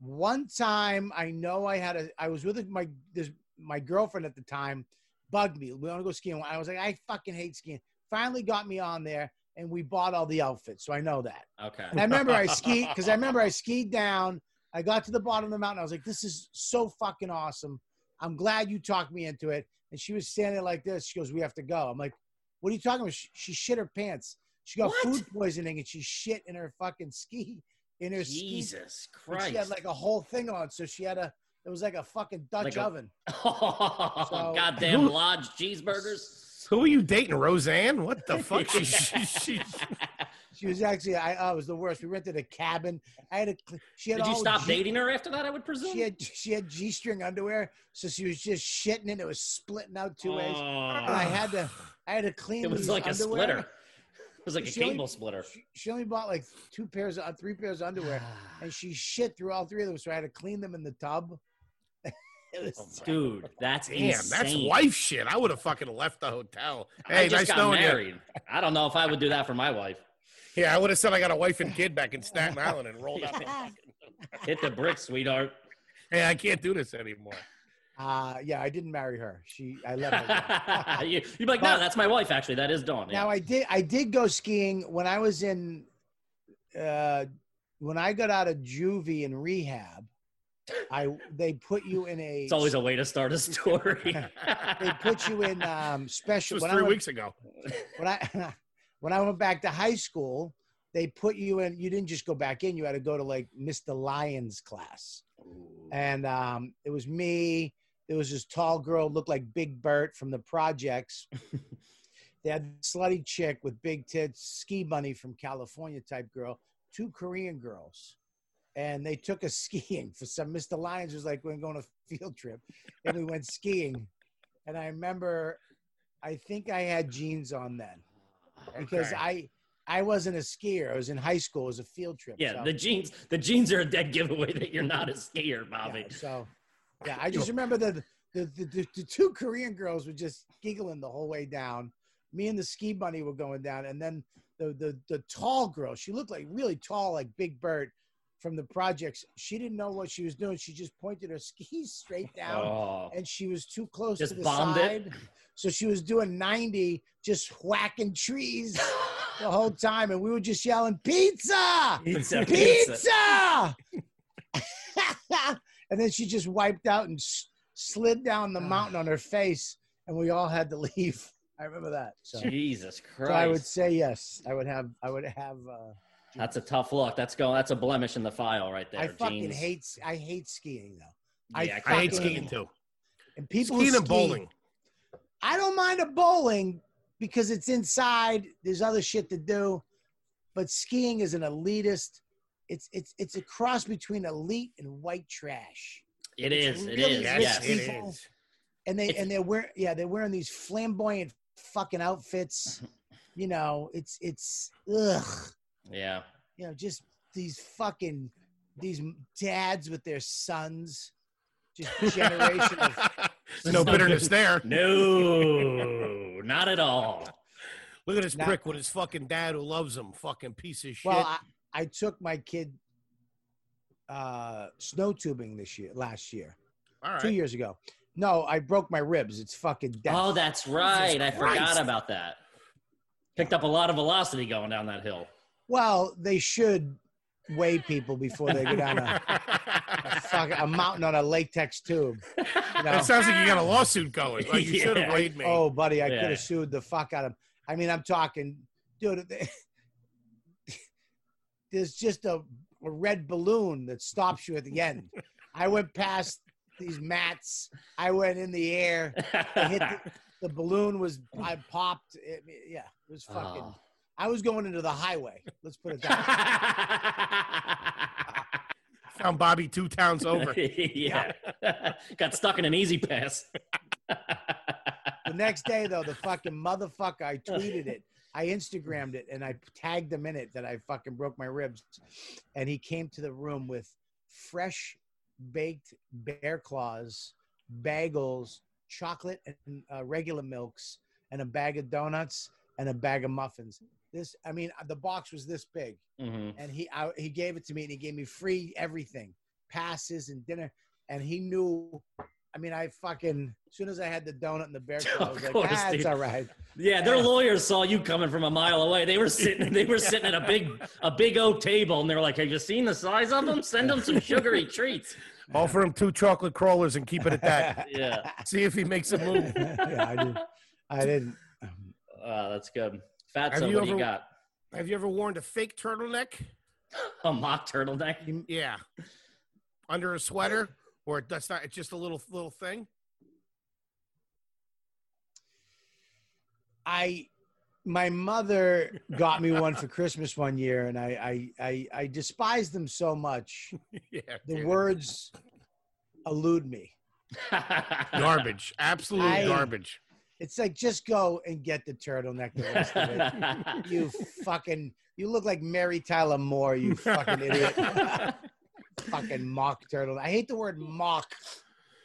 D: One time, I know I had a. I was with my this my girlfriend at the time. Bugged me. We want to go skiing. I was like, I fucking hate skiing. Finally, got me on there, and we bought all the outfits. So I know that.
C: Okay.
D: And I remember I skied because I remember I skied down. I got to the bottom of the mountain. I was like, this is so fucking awesome. I'm glad you talked me into it. And she was standing like this. She goes, we have to go. I'm like, what are you talking about? She, she shit her pants. She got
C: What?
D: food poisoning and she shit in her fucking ski. In her ski.
C: Jesus
D: And
C: Christ.
D: She had like a whole thing on. So she had a, it was like a fucking Dutch
C: Like a-
D: oven.
C: (laughs) oh, goddamn lodge
D: (laughs)
C: cheeseburgers.
B: Who are you dating, Roseanne? What the fuck? She- she- she-
D: She was actually, I, I was the worst. We rented a cabin. I had a, cl- she had
C: Did you
D: all
C: stop
D: G-
C: dating her after that? I would presume.
D: She had she had g string underwear, so she was just shitting it. It was splitting out two ways. And I
C: Oh,
D: had to I had to clean.
C: it was
D: these
C: like a
D: underwear.
C: splitter. It was like a
D: She only-
C: cable splitter.
D: She, she only bought like two pairs of uh, three pairs
C: (sighs)
D: of underwear, and she shit through all three of them. So I had to clean them in the tub. (laughs) it
C: Oh
D: was terrible.
C: Dude, that's
B: Damn,
C: insane.
B: that's wife shit. I would have fucking left the hotel. Hey,
C: I just
B: nice
C: got
B: knowing you.
C: married. I don't know if I would do that for my wife.
B: Yeah, I would have said I got a wife and kid back in Staten Island and rolled
C: (laughs)
B: up.
C: Hit the brick,
D: (laughs)
C: sweetheart.
B: Hey, I can't do this anymore.
D: Uh, yeah, I didn't marry her. She
C: (laughs)
D: I
C: you,
D: left
C: (laughs)
D: her.
C: you'd be like, no, that's my wife. Actually, that is Dawn.
D: Now
C: Yeah.
D: I did I did go skiing when I was in uh when I got out of juvie and rehab. I they put you in a
C: It's always a way to start a story.
D: (laughs) they
C: (laughs)
D: put you in um
B: This
D: special
B: was
D: when
B: three
D: I went,
B: weeks ago.
D: when I (laughs) when I went back to high school, they put you in you didn't just go back in, you had to go to like Mr. Lyons class. And um it was me, there was this tall girl looked like Big Bert from the projects. they had this slutty chick with big tits, ski bunny from California type girl, two Korean girls. And they took us (laughs) skiing for some. Mr. Lyons was like, "We're going on a field trip," and we went skiing. And I remember, I think I had jeans on then because
B: Okay.
D: I I wasn't a skier. I was in high school. It was a field trip.
C: Yeah,
D: so-
C: the jeans the jeans are a dead giveaway that you're not a skier, Bobby.
D: Yeah, so, yeah,
C: (laughs)
D: I just remember the the, the the the two Korean girls were just giggling the whole way down. Me and the ski bunny were going down, and then the the the tall girl, she looked like really tall, like Big Bird from the projects. She didn't know what she was doing. She just pointed her (laughs) skis straight down,
C: Oh.
D: and she was too close
C: Just
D: to the
C: bombed
D: side.
C: it?
D: So she was doing 90, just
C: (laughs)
D: whacking trees the whole time, and we were just yelling
C: (laughs)
D: pizza
C: Pizza,
D: pizza. (laughs) and then she just wiped out and s- slid down the
C: Ah.
D: mountain on her face, and we all had to leave. (laughs) I remember that. So,
C: Jesus Christ.
D: so I would say yes. I would have. I would have. Uh,
C: that's a tough look. That's going that's a blemish in the file right there.
D: I fucking
C: jeans.
D: hate. s- I hate skiing though. I
C: Yeah,
B: I hate
D: fucking-
B: skiing too.
D: And people who
B: Skiing and
D: ski-
B: bowling.
D: I don't mind a bowling because it's inside. There's other shit to do, but skiing is an elitist. It's it's it's a cross between elite and white trash.
C: It is. It
D: really
C: is.
D: rich
C: Yes.
B: it
D: people.
B: is.
D: and they
C: It's-
D: and they're wearing yeah they're wearing these flamboyant fucking outfits you know it's it's ugh
C: Yeah.
D: you know just these fucking these dads with their sons just generation of
B: (laughs) no bitterness there.
C: No, not at all.
B: Look at this
D: Now-
B: prick with his fucking dad who loves him. Fucking piece of shit.
D: well I, I took my kid uh snow tubing this year last year
B: All
D: two
B: right.
D: years ago no i broke my ribs it's fucking death
C: Oh, that's right. I
B: Christ.
C: forgot about that. Picked up a lot of velocity going down that hill.
D: well they should weigh people before they go
B: (laughs)
D: down a, a, fuck, a mountain on a latex tube you
C: (laughs)
D: know?
B: That sounds like you got a lawsuit going. Like
D: (laughs)
B: you should have
C: Yeah.
B: weighed me.
D: Oh, buddy, I could
C: Yeah.
D: have sued the fuck out of. I mean, I'm talking, dude. (laughs) they- there's just a, a red balloon that stops you at the end. I went past these mats. I went in the air. hit the- The balloon was I popped. It, yeah, it was fucking.
C: (laughs) Oh.
D: I was going into the highway. Let's put it that. way.
C: (laughs)
B: Found Bobby two towns
D: (laughs)
B: over.
C: yeah. (laughs) Got stuck in an easy pass. (laughs)
D: the next day, though, the fucking motherfucker. I tweeted it. I Instagrammed it and I tagged him in it that I fucking broke my ribs. And he came to the room with fresh baked bear claws, bagels, chocolate and uh, regular milks, and a bag of donuts and a bag of muffins. This, I mean, the box was this big,
C: Mhm.
D: and he I, he gave it to me, and he gave me free everything, passes and dinner, and he knew. I mean, I fucking as soon as I had the donut and the bear claw, I was like,
C: course,
D: ah, it's
C: dude.
D: all right.
C: Yeah, their lawyers saw you coming from a mile away. They
B: (laughs)
C: were sitting. They were sitting at a big, a big oak table, and they were like, "Have you seen the size of them? Send them
B: (laughs)
C: some sugary treats."
B: Offer him two chocolate crawlers and keep it at
D: (laughs)
B: that.
C: Yeah, (laughs)
B: See if he makes a move.
D: yeah, I didn't. I didn't.
C: uh, that's good.
B: Have
C: Fatso,
B: you
C: what do you
B: ever-
C: got?
B: Have you ever worn a fake turtleneck?
C: A mock turtleneck.
B: Yeah. Under a sweater? Or that's not it's just a little little thing? (laughs)
D: I my mother got me one for Christmas one year, and I I I, I despised them so much.
B: Yeah.
D: The
B: dude.
D: words elude me.
C: (laughs)
B: Garbage. Absolute
D: I-
B: garbage.
D: It's like just go and get the turtleneck. The
B: (laughs)
D: rest of
C: (laughs)
D: it. You fucking. You look like Mary Tyler Moore. You fucking idiot.
C: (laughs)
D: fucking mock turtle. I hate the word mock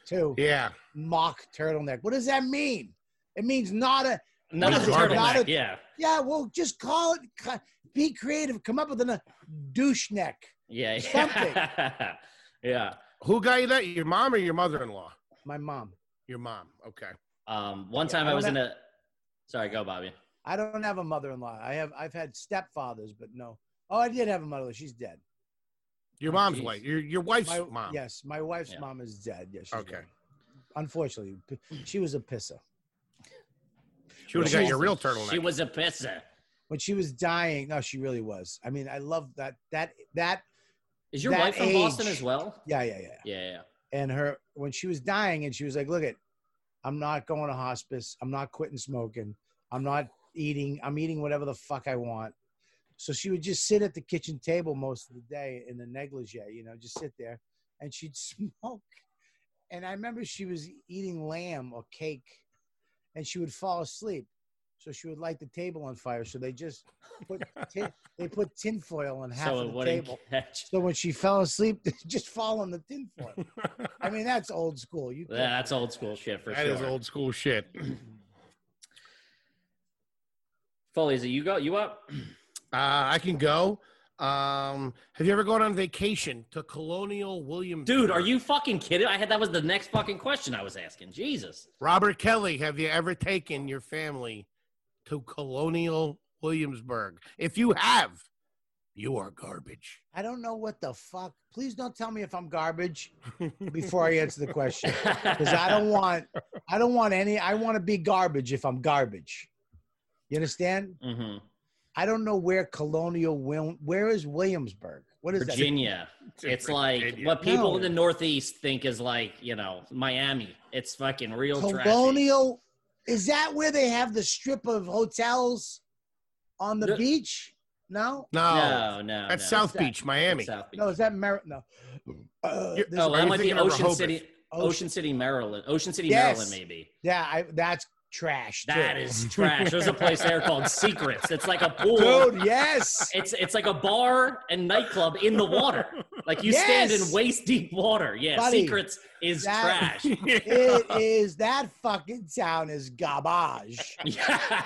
D: too.
B: Yeah.
D: Mock turtleneck. What does that mean? It means not a
C: Not
B: Not
C: a
B: a
C: turtleneck.
D: turtleneck.
C: Yeah,
D: Yeah, well, just call it. co- Be creative. Come up with a douche neck.
C: yeah, (laughs)
D: Something.
C: yeah.
B: Who got you that? Your mom or your mother in law?
D: My mom.
B: Your mom. Okay.
C: Um, one
D: Yeah,
C: time
D: I
C: I
D: don't
C: was
D: have-
C: in a. Sorry, go, Bobby.
D: I don't have a mother-in-law. I have. I've had stepfathers, but no. Oh, I did have a mother. She's dead.
B: Your mom's
C: geez.
B: white. Your your wife's
D: Oh, My,
B: mom.
D: Yes, my wife's
C: Yeah.
D: mom is dead. Yes. she's
B: Okay.
D: dead. Unfortunately, p- she was a pisser.
B: She would have
D: She
B: got
D: was-
B: your real
C: She
B: turtleneck.
C: was a pisser.
D: When she was dying, no, she really was. I mean, I love that. That. That.
C: Is your
D: That
C: wife from Boston
D: age.
C: as well?
D: Yeah. Yeah. Yeah.
C: Yeah, yeah.
D: and her when she was dying and she was like look at i'm not going to hospice i'm not quitting smoking i'm not eating i'm eating whatever the fuck i want so she would just sit at the kitchen table most of the day in the negligee you know just sit there and she'd (laughs) smoke and i remember she was eating lamb or cake and she would fall asleep so she would light the table on fire. So they just put tin, they put tinfoil on half
C: so it
D: of the table.
C: wouldn't (laughs)
D: (laughs)
C: catch.
D: So when she fell asleep, (laughs) they just fall on the
B: (laughs)
D: tinfoil. I mean, that's old school. You
C: Yeah,
D: can't-
C: that's old school shit for
B: That
C: sure.
B: is old school shit. (clears throat) Uh,
C: Foley, is it you go? You up? (clears throat)
B: Uh, I can go. Um, have you ever gone on vacation to Colonial William?
C: Dude, are you fucking kidding? I had that was the next fucking question I was asking. Jesus. (laughs)
B: Robert Kelly? Have you ever taken your family to Colonial Williamsburg? If you have, you are
C: (laughs)
B: garbage.
D: I don't know what the fuck. Please don't tell me if I'm garbage before I answer the question. Because I don't want I don't want any I want to be garbage if I'm garbage. You understand?
C: Mhm.
D: I don't know where Colonial Wil- where is Williamsburg? What is
C: Virginia. It's like what people in the Northeast think is like, you know, Miami. It's fucking real
D: that?
C: trashy.
D: Colonial is that where they have the strip of hotels on the
C: No.
D: beach? No?
B: No,
C: No, no.
B: that's
C: no.
B: South
D: What's that?
B: Beach, Miami.
C: That's South Beach.
D: No, is that Mer- no. Uh,
B: You're-
C: oh,
D: there's a-
B: you're
C: that might be
B: thinking of
C: Ocean
B: Rehoboth.
C: City,
D: Ocean-
C: Ocean City, Maryland. Ocean City,
D: Yes.
C: Maryland, maybe.
D: yeah, I, that's trash. too.
C: That
D: (laughs)
C: is trash. There's a place there called Secrets. It's like a pool.
B: (laughs)
D: Dude, yes.
C: It's it's like a bar and nightclub in the water. Like you stand in
D: Yes.
C: waist deep water. Yeah,
D: Buddy,
C: Secrets is
D: that- (laughs)
C: trash.
D: it is that fucking town is garbage.
C: (laughs)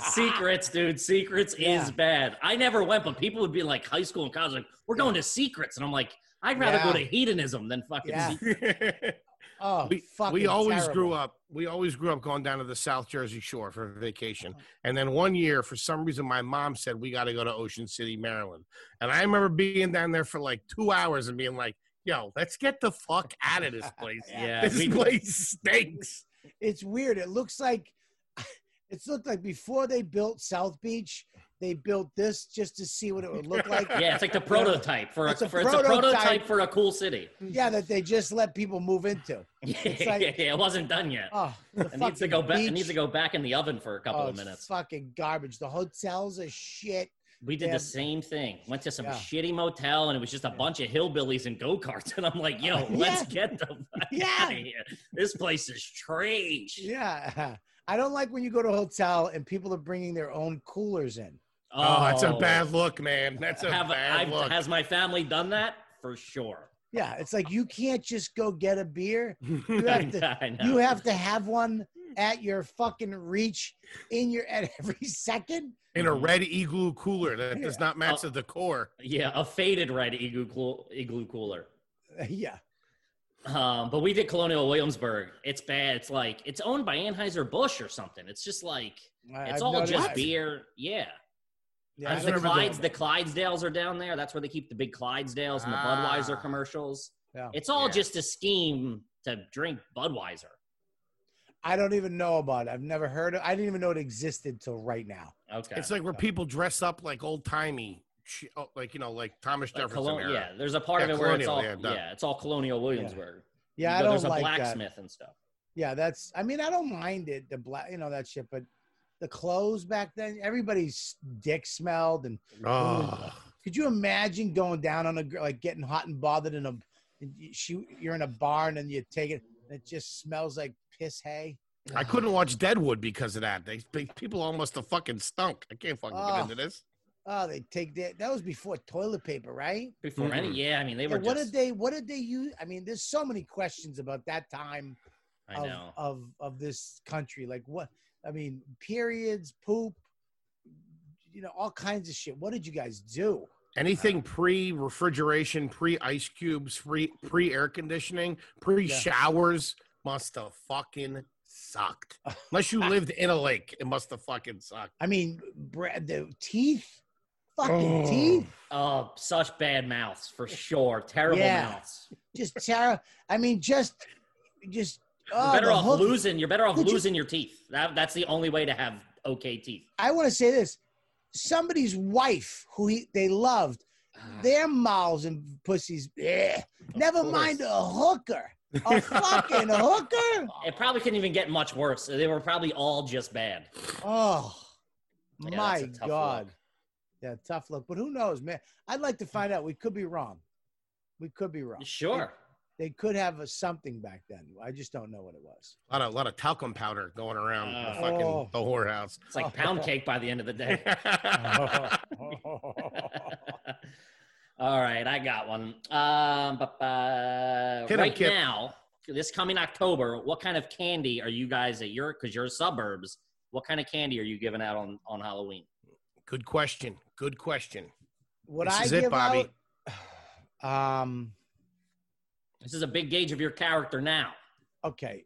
C: secrets, dude. Secrets
D: Yeah.
C: is bad. I never went, but people would be like high school and college, like, we're going to secrets. And I'm like, I'd rather go to hedonism than fucking
D: Yeah.
C: secrets.
D: Oh,
B: we,
D: fucking
B: we always grew
D: terrible.
B: up we always grew up going down to the south jersey shore for
D: Uh-huh.
B: vacation and then one year for some reason my mom said we got to go to ocean city maryland and i remember being down there for like two hours and being like yo let's get the fuck out of
D: (laughs)
B: this place
C: Yeah,
B: this
C: we-
B: place stinks
D: It's weird. It looks like (laughs) it's looked like before they built South Beach, they built this just to see what it would look like.
C: (laughs) yeah, it's
D: (laughs)
C: like the prototype for a,
D: It's a
C: for, it's a
D: prototype.
C: prototype for a cool city.
D: yeah, that they just let people move into.
C: Yeah,
D: like-
C: (laughs) yeah, yeah, it wasn't done yet.
D: Oh, the
C: It needs to
D: fucking
C: go back. It
D: beach.
C: needs to go back in the oven for a couple
D: Oh,
C: of
D: it's
C: minutes.
D: Fucking garbage. The hotels are shit.
C: We did
D: Yeah.
C: the same thing. Went to some
D: Yeah.
C: shitty motel and it was just a bunch of hillbillies and go karts. (laughs) And I'm like, yo,
D: (laughs) Yeah.
C: let's get the fuck
D: Yeah.
C: out of here. This place is trash.
D: Yeah. (laughs) I don't like when you go to a hotel and people are bringing their own coolers in.
B: oh, that's a bad look man that's a
C: Oh. Have-
B: bad
C: I've-
B: look
C: Has my family done that? For sure.
D: Yeah, it's like you can't just go get a beer. (laughs) You have to
C: (laughs) I know.
D: You have to have one at your fucking reach in your at every second. (laughs)
B: in a red igloo cooler that does not match
C: Oh.
B: the decor
C: yeah, a faded red igloo, cool, igloo cooler.
D: Yeah.
C: Um, but we did Colonial Williamsburg. It's bad. It's like, it's owned by Anheuser-Busch or something. It's just like,
D: I-
C: it's
D: I've
C: all
D: noticed-
C: just
D: What?
C: beer. Yeah.
D: Yeah,
B: I
D: I've
C: the
B: remember
D: noticed-
C: Clydes, the Clydesdales are down there. That's where they keep the big Clydesdales and the
B: Ah.
C: Budweiser commercials.
D: Yeah.
C: It's all
B: Yeah.
C: just a scheme to drink Budweiser.
D: I don't even know about it. I've never heard of I didn't even know it existed till right now.
C: Okay.
B: it's like where
D: Yeah.
B: people dress up like old timey like you know like thomas
C: Like
B: jefferson
C: Colo-
B: era.
C: yeah, there's a part
B: Yeah,
C: of it where it's
B: Colonial,
C: all
B: yeah,
C: yeah,
B: no.
C: it's all Colonial Williamsburg.
D: Yeah,
C: You
D: I
C: go-
D: don't
C: there's a
D: like that.
C: blacksmith and stuff.
D: Yeah, that's I mean, I don't mind it, the black you know, that shit, but the clothes back then, everybody's dick smelled and
B: oh.
D: could you imagine going down on a girl like getting hot and bothered in a and you- she you're in a barn and you take it and it just smells like piss hay.
B: I couldn't watch Deadwood because of that. They, they people almost a fucking stunk. I can't fucking
D: Oh.
B: get into this.
D: Oh, they take that that was before toilet paper, right?
C: Before any,
B: Mhm.
C: yeah, I mean they
D: Yeah,
C: were
D: what
C: just.
D: did they what did they use i mean there's so many questions about that time
C: I
D: of,
C: know.
D: of of this country like what i mean periods poop you know all kinds of shit what did you guys do Uh.
B: Anything pre refrigeration, pre ice cubes, pre pre air conditioning, pre showers must have fucking sucked. Unless you lived in a lake, it must have fucking sucked.
D: i mean bre- the teeth fucking teeth
C: oh, such bad mouths for sure. Terrible
D: Yeah.
C: mouths.
D: just terror i mean just just
C: You're
D: oh,
C: better
D: the
C: off
D: hook-
C: losing. You're better off
D: Could you-
C: losing your teeth. That, that's the only way to have okay teeth.
D: i want to say this somebody's wife who he, they loved
C: Ah.
D: their mouths and pussies eh, never
B: course.
D: mind a hooker
C: (laughs)
D: a fucking hooker
C: It probably couldn't even get much worse. They were probably all just bad.
D: Oh
C: Yeah, that's
D: my
C: a tough
D: God.
C: look.
D: Yeah, tough look. But who knows, man? I'd like to find out. We could be wrong. We could be wrong.
C: Sure.
D: They could have a something back then. I just don't know what it was.
B: A lot of, lot of talcum powder going around the
D: Uh,
C: Oh.
B: fucking the whorehouse.
C: It's like pound cake by the end of the
B: (laughs)
C: day. (laughs) All right, I got one. Um, but, uh,
B: Hit 'em,
C: right
B: Kip.
C: now, this coming October, what kind of candy are you guys at your? Because you're suburbs. What kind of candy are you giving out on on Halloween?
B: Good question. Good question.
D: What
B: this
D: I
B: is
D: give
B: it, Bobby.
D: out, (sighs) um,
C: This is a big gauge of your character now.
D: okay.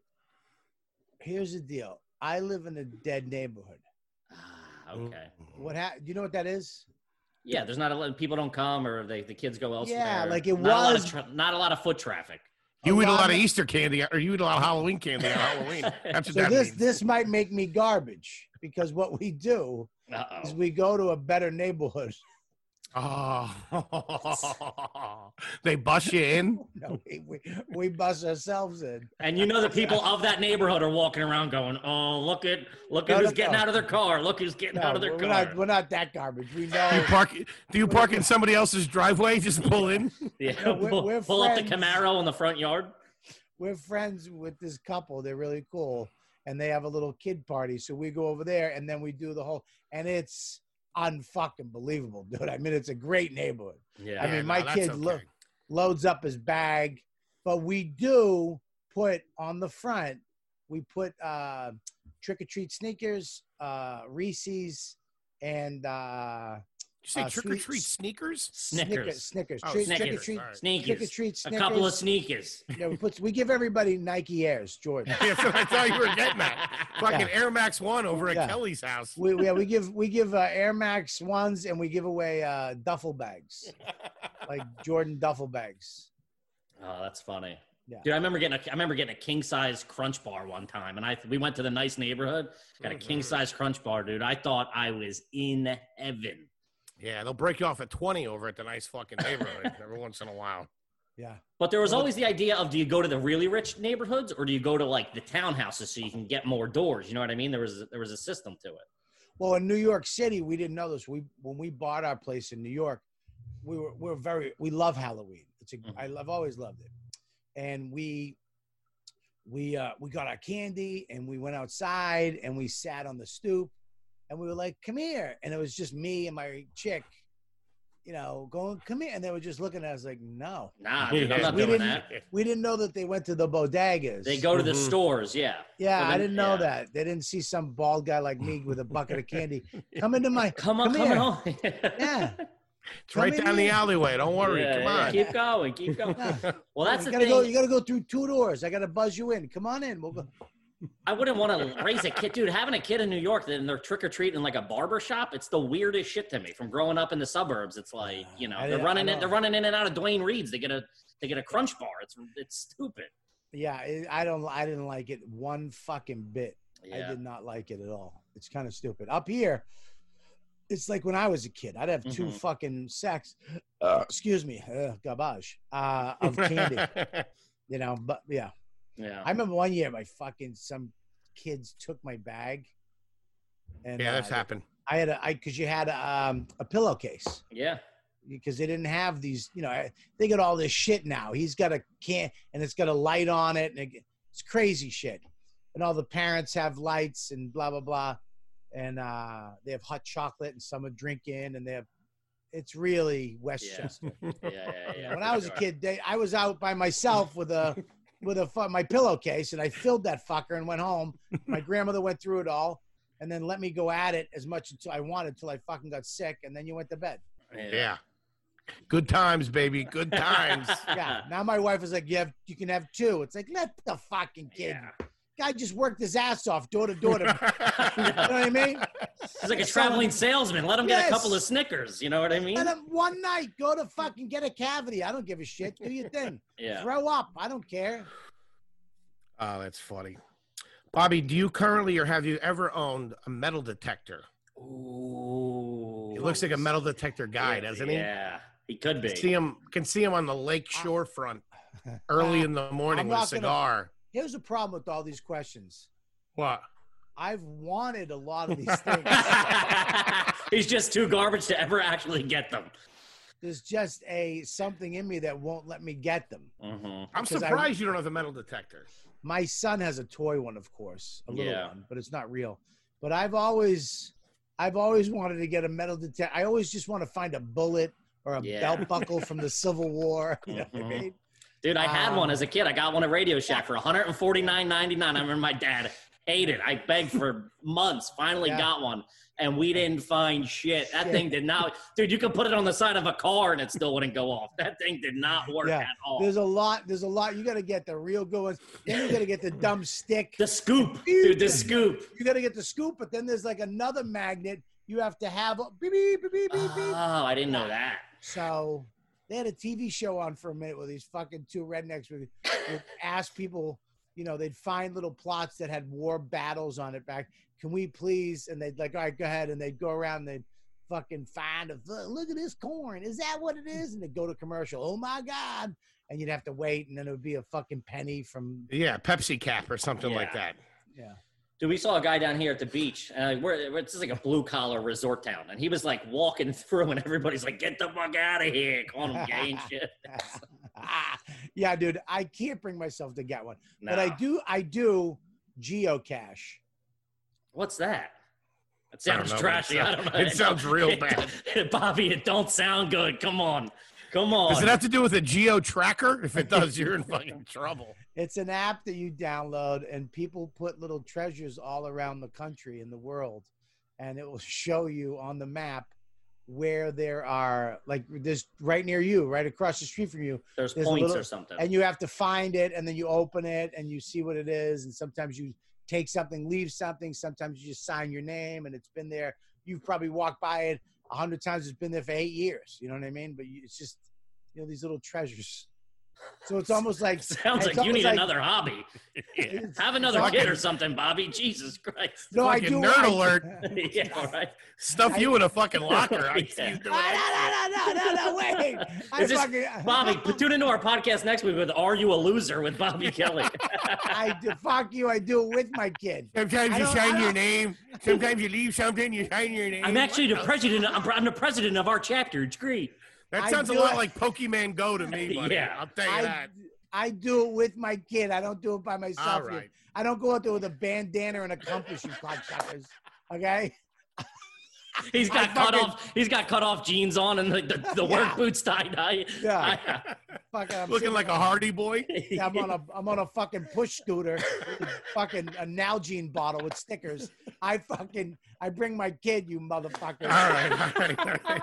D: Here's the deal. I live in a dead neighborhood.
C: Ah,
B: Mm.
C: okay.
D: What ha- do you know what that is?
C: Yeah, there's not a lot. People don't come, or they, the kids go elsewhere.
D: Yeah, like it
C: Not a lot of
D: was-
C: tra- not a lot of foot traffic.
B: You
D: A
B: eat a lot
D: lot
B: of
D: of-
B: Easter candy, or you eat a lot of Halloween candy on
C: (laughs)
D: (laughs)
B: Halloween. That's what
D: So
B: that
D: this
B: means.
D: this might make me garbage because what we do
C: Uh
D: is
C: oh.
D: we go to a better neighborhood. (laughs)
B: Oh, (laughs) they bust you in.
D: No, we, we, we bust ourselves
B: (laughs)
D: in.
C: And you know the people of that neighborhood are walking around going, "Oh, look at look at
D: No,
C: who's
D: no,
C: getting
D: no.
C: out of their car. Look who's getting
D: No,
C: out of their
D: we're,
C: car."
D: not, we're not that garbage. We
B: Do you
D: know.
B: park? Do you park in somebody else's driveway? Just pull in.
C: yeah,
D: No, (laughs) we're-
C: pull,
D: we're
C: pull up the
D: friends.
C: Camaro in the front yard.
D: we're friends with this couple. They're really cool, and they have a little kid party. So we go over there, and then we do the whole, and it's unfucking believable, dude. I mean, it's a great neighborhood.
C: Yeah.
D: I mean, my
B: that's
D: kid look- Loads up his bag, but we do put on the front. We put uh, trick or treat sneakers, uh, Reese's, and uh,
B: Did you say
D: uh,
B: trick or
D: sweet-
B: treat sneakers? (laughs)
C: Snickers.
D: Snickers. Snickers.
B: Oh,
D: Treat-
C: Snickers,
D: Trick or treat.
B: all right.
D: Trick or
C: sneakers.
D: treat.
C: A
D: Snickers.
C: couple of sneakers.
B: (laughs)
D: Yeah, we, put, we give everybody Nike Airs, Jordan.
B: That's what I thought you were getting at. Fucking
D: Yeah.
B: Air Max One over at
D: Yeah.
B: Kelly's house.
D: We, we- yeah, we give we give uh, Air Max ones and we give away uh, duffel bags, like Jordan duffel bags.
C: (laughs) Oh, that's funny.
D: Yeah.
C: Dude, I remember getting a I remember getting a king size crunch bar one time, and I we went to the nice neighborhood, got a king
B: Mm-hmm.
C: size crunch bar, dude. I thought I was in heaven.
B: Yeah, they'll break you off at twenty over at the nice fucking
D: (laughs)
B: neighborhood every once in a while.
D: Yeah,
C: But there was
D: Well, the-
C: always the idea of do you go to the really rich neighborhoods or do you go to like the townhouses so you can get more doors? You know what I mean? There was there was a system to it.
D: Well, in New York City, we didn't know this. We when we bought our place in New York, we were we're very we love Halloween. It's a
C: Mhm.
D: I love always loved it, and we we uh, we got our candy and we went outside and we sat on the stoop and we were like, "Come here!" And it was just me and my chick, you know, going, "Come here!" And they were just looking at us like, "No."
C: Nah, dude, I'm not
D: We
C: doing
D: didn't-
C: that.
D: (laughs) We didn't know that they went to the bodegas.
C: They go to the
B: Mhm.
C: stores, yeah.
D: Yeah,
C: Well,
D: I
C: then-
D: didn't know
C: yeah.
D: that. They didn't see some bald guy like me with a bucket
C: (laughs)
D: of candy come into my
C: Come on,
D: Come
C: come,
D: here.
C: on.
D: (laughs) yeah.
B: (laughs) It's
D: Come
B: right
D: in
B: down the
D: here.
B: alleyway. Don't worry.
C: Yeah,
B: Come
C: yeah,
B: on.
C: Keep going, keep going.
D: Yeah.
C: Well, that's
D: you
C: the
D: gotta
C: thing.
D: go. You gotta go through two doors. I gotta buzz you in. Come on in. We'll go.
C: I wouldn't want to raise a kid, dude. Having a kid in New York and they're trick or treating like a barber shop, it's the weirdest shit to me. From growing up in the suburbs, it's like you know
D: I-
C: they're
D: I
C: running in,
D: know.
C: they're running in and out of Dwayne Reed's. They get a they get a crunch bar. It's it's stupid.
D: Yeah, I- I don't. I didn't like it one fucking bit. I
C: Yeah,
D: did not like it at all. It's kind of stupid. Up here, it's like when I was a kid. I'd have 2
C: Mhm.
D: fucking sacks. Uh, excuse me, uh, garbage uh,
C: (laughs)
B: (laughs)
D: of candy. you know, but yeah,
C: yeah.
D: I remember one year my fucking some kids took my bag. And,
B: yeah,
D: uh,
B: that's happened.
D: I had a I because you had a, um, a pillowcase.
C: yeah.
D: because they didn't have these. You know, I- they got all this shit now. He's got a can and it's got a light on it, and it, it's crazy shit. And all the parents have lights and blah blah blah, and uh, they have hot chocolate and some are drinking, and they have. It's really Westchester.
C: Yeah, yeah, yeah.
D: When I was a kid, they, I was out by myself
C: (laughs)
D: with a with a fu- my pillowcase, and I filled that fucker and went home. My grandmother went through it all. And then let me go at it as much as I wanted till I fucking got sick, and then you went to bed.
B: Yeah. Good times, baby.
D: (laughs)
B: Good times.
D: yeah. (laughs) Now my wife is like, you have, you can have two. It's like, let the fucking kid.
C: Yeah.
D: Guy just worked his ass off door to door. to-
B: (laughs)
C: (laughs)
D: (laughs) you know what I mean?
C: He's like a traveling salesman. Let him get a
D: Yes.
C: couple of Snickers. You know what I mean?
D: Let him one night go to fucking get a cavity. I don't give a shit. Do your thing.
C: (laughs) Yeah.
D: Throw up. I don't care.
B: oh, that's funny. Bobby, do you currently or have you ever owned a metal detector?
C: Ooh.
B: He looks like a metal detector guy,
C: Yeah,
B: doesn't he?
C: Yeah, he could be.
B: Can
C: (laughs)
B: see him can see him on the lake
D: (laughs)
B: shorefront early in the morning
D: Ah. I'm
B: with a
D: not gonna-
B: cigar.
D: Here's the problem with all these questions.
B: What?
D: I've wanted
C: (laughs)
D: a lot of these things.
C: He's just too garbage to ever actually get them.
D: there's just a something in me that won't let me get them.
C: hmm
B: I'm
D: Because I-
B: surprised you don't have a metal detector.
D: My son has a toy one, of course, a little
C: Yeah.
D: one, but it's not real. But I've always, I've always wanted to get a metal detector. I always just want to find a bullet or a
C: Yeah.
D: belt buckle from the Civil War. (laughs) You know what I
C: Mhm.
D: mean?
C: Dude, I had
D: Um,
C: one as a kid. I got one at Radio Shack for 149.99. I remember my dad ate it. I begged for months. Finally
D: Yeah.
C: got one, and we didn't find shit. That
D: Shit.
C: thing did not. Dude, you could put it on the side of a car and it still wouldn't go off. That thing did not work
D: Yeah.
C: at all.
D: There's a lot. There's a lot. You got to get the real good ones. Then you got to get the dumb stick.
C: the scoop, dude. The scoop.
D: You got to get the scoop. But then there's like another magnet. You have to have a beep beep beep beep beep. beep.
C: Oh, I didn't know that.
D: So they had a TV show on for a minute with these fucking two rednecks with, would ask people, you know, they'd find little plots that had war battles on it back. Can we please? And they'd like, all right, go ahead. And they'd go around and they'd fucking find a look at this corn. Is that what it is? And they'd go to commercial. Oh my God. And you'd have to wait. And then it would be a fucking penny from,
B: Yeah, Pepsi cap or something like that.
D: yeah. (laughs)
C: Dude, we saw a guy down here at the beach, and uh, we're, we're- this is like a blue collar resort town, and he was like walking (laughs) through, and everybody's like, "Get the fuck out of here!" Calling him gay
D: (laughs)
C: and shit.
D: yeah, dude, I can't bring myself to get one.
C: No.
D: But I do, I do geocache.
C: What's that? It
B: I don't
C: sounds
B: know, but it
C: trashy. I
B: sounds-
C: don't know.
B: it sounds
C: (laughs)
B: real bad.
C: Bobby, it don't sound good. Come on. Come on.
B: Does it have to do with a geo tracker? If it does, you're in fucking trouble.
D: It's an app that you download, and people put little treasures all around the country and the world, and it will (laughs) show you on the map where there are like this right near you, right across the street from you,
C: There's
D: there's a
C: points
D: little-
C: or something. (laughs)
D: and you have to find it, and then you open it and you see what it is, and sometimes you take something, leave something, sometimes you just sign your name, and it's been there. You've probably walked by it a hundred times. It's been there for eight years. You know what I mean? But you, it's just you know these little treasures. So it's almost like
C: sounds
D: it's
C: like you
D: almost
C: need
D: like-
B: (laughs)
C: another hobby. (laughs) Have another
B: Fucking-
C: kid or something, Bobby. Jesus Christ.
D: (laughs) no, I
B: fucking
D: do
B: nerd
D: I- (laughs)
B: alert.
C: (laughs) yeah, all right.
B: Stuff you in a fucking locker. I see
C: Yeah.
B: you doing that.
D: Ah, no, no, no, no, no, wait.
B: (laughs)
D: I
C: Is this-
D: fucking,
C: Bobby, tune into our podcast next week with Are You a Loser with Bobby
B: (laughs)
C: Kelly.
D: I do, fuck you. I do it with my kid.
B: Sometimes
D: I
B: you
D: don't-
B: sign
D: I
B: your
D: don't-
B: name. Sometimes you leave something. You sign your name.
C: I'm actually the
B: What the-
C: president. I'm, I'm the president of our chapter. It's great.
B: That
D: I
B: sounds a
D: do
B: lot
D: it-
B: like Pokemon Go to
D: (laughs)
B: me, buddy.
C: Yeah.
B: I'll tell you
D: I,
B: that.
D: I do it with my kid. I don't do it by myself.
B: All
D: dude.
B: right.
D: I don't go out there with a bandana and a compass, you cocksuckers.
B: (laughs)
D: Okay?
C: He's got
D: I
C: cut
D: fucking-
C: off. He's got cut off jeans on and the, the, the
D: Yeah.
C: work boots tied high.
D: Yeah.
C: I-
D: Fucking, I'm
B: Looking
D: sitting-
B: like a Hardy
D: (laughs)
B: Boy.
C: (laughs)
D: Yeah,
B: (laughs)
D: I'm on a I'm on a fucking push scooter, with a fucking a Nalgene bottle with stickers. I fucking I bring my kid, you motherfucker.
B: All
D: (laughs)
B: right, all right, all right.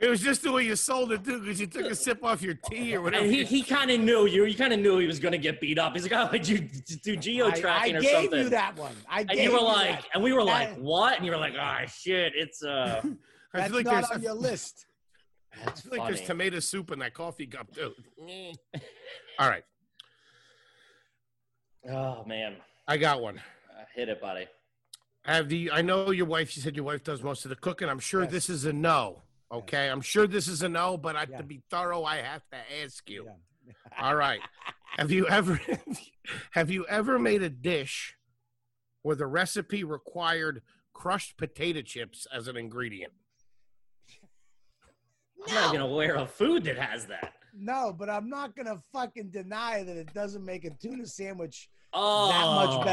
B: It was just the way you sold it, too, because you took a sip off your tea or whatever.
C: and he, he kind of knew you. He kind of knew he was going to get beat up. He's like, "Oh, would you d- do
D: I,
C: geo
D: I
C: tracking or
D: gave
C: something?"
D: you that one. I
C: and
D: gave
C: you were
D: you
C: like,
D: that.
C: "And we were
D: That-
C: like, what?" And you were like, "Ah, shit, it's
D: (laughs)
C: uh."
B: I
D: That's
B: feel like
D: not
B: there's,
D: on
B: I
D: your list.
C: That's
B: feel like there's
C: funny.
B: tomato soup in that coffee cup, too.
D: Mm.
B: (laughs) All right,
C: Oh man,
B: I got one.
C: I hit it, buddy.
B: I have the. I know your wife. You said your wife does most of the cooking. I'm sure
D: Yes.
B: this is a no. Okay, I'm sure this is a no. But I,
D: Yeah.
B: to be thorough, I have to ask you.
D: Yeah.
B: All right. Have you ever (laughs) have you ever made a dish where the recipe required crushed potato chips as an ingredient?
C: I'm not even aware of food that has that.
D: No, but I'm not gonna fucking deny that it doesn't make a tuna sandwich
C: Oh,
D: that much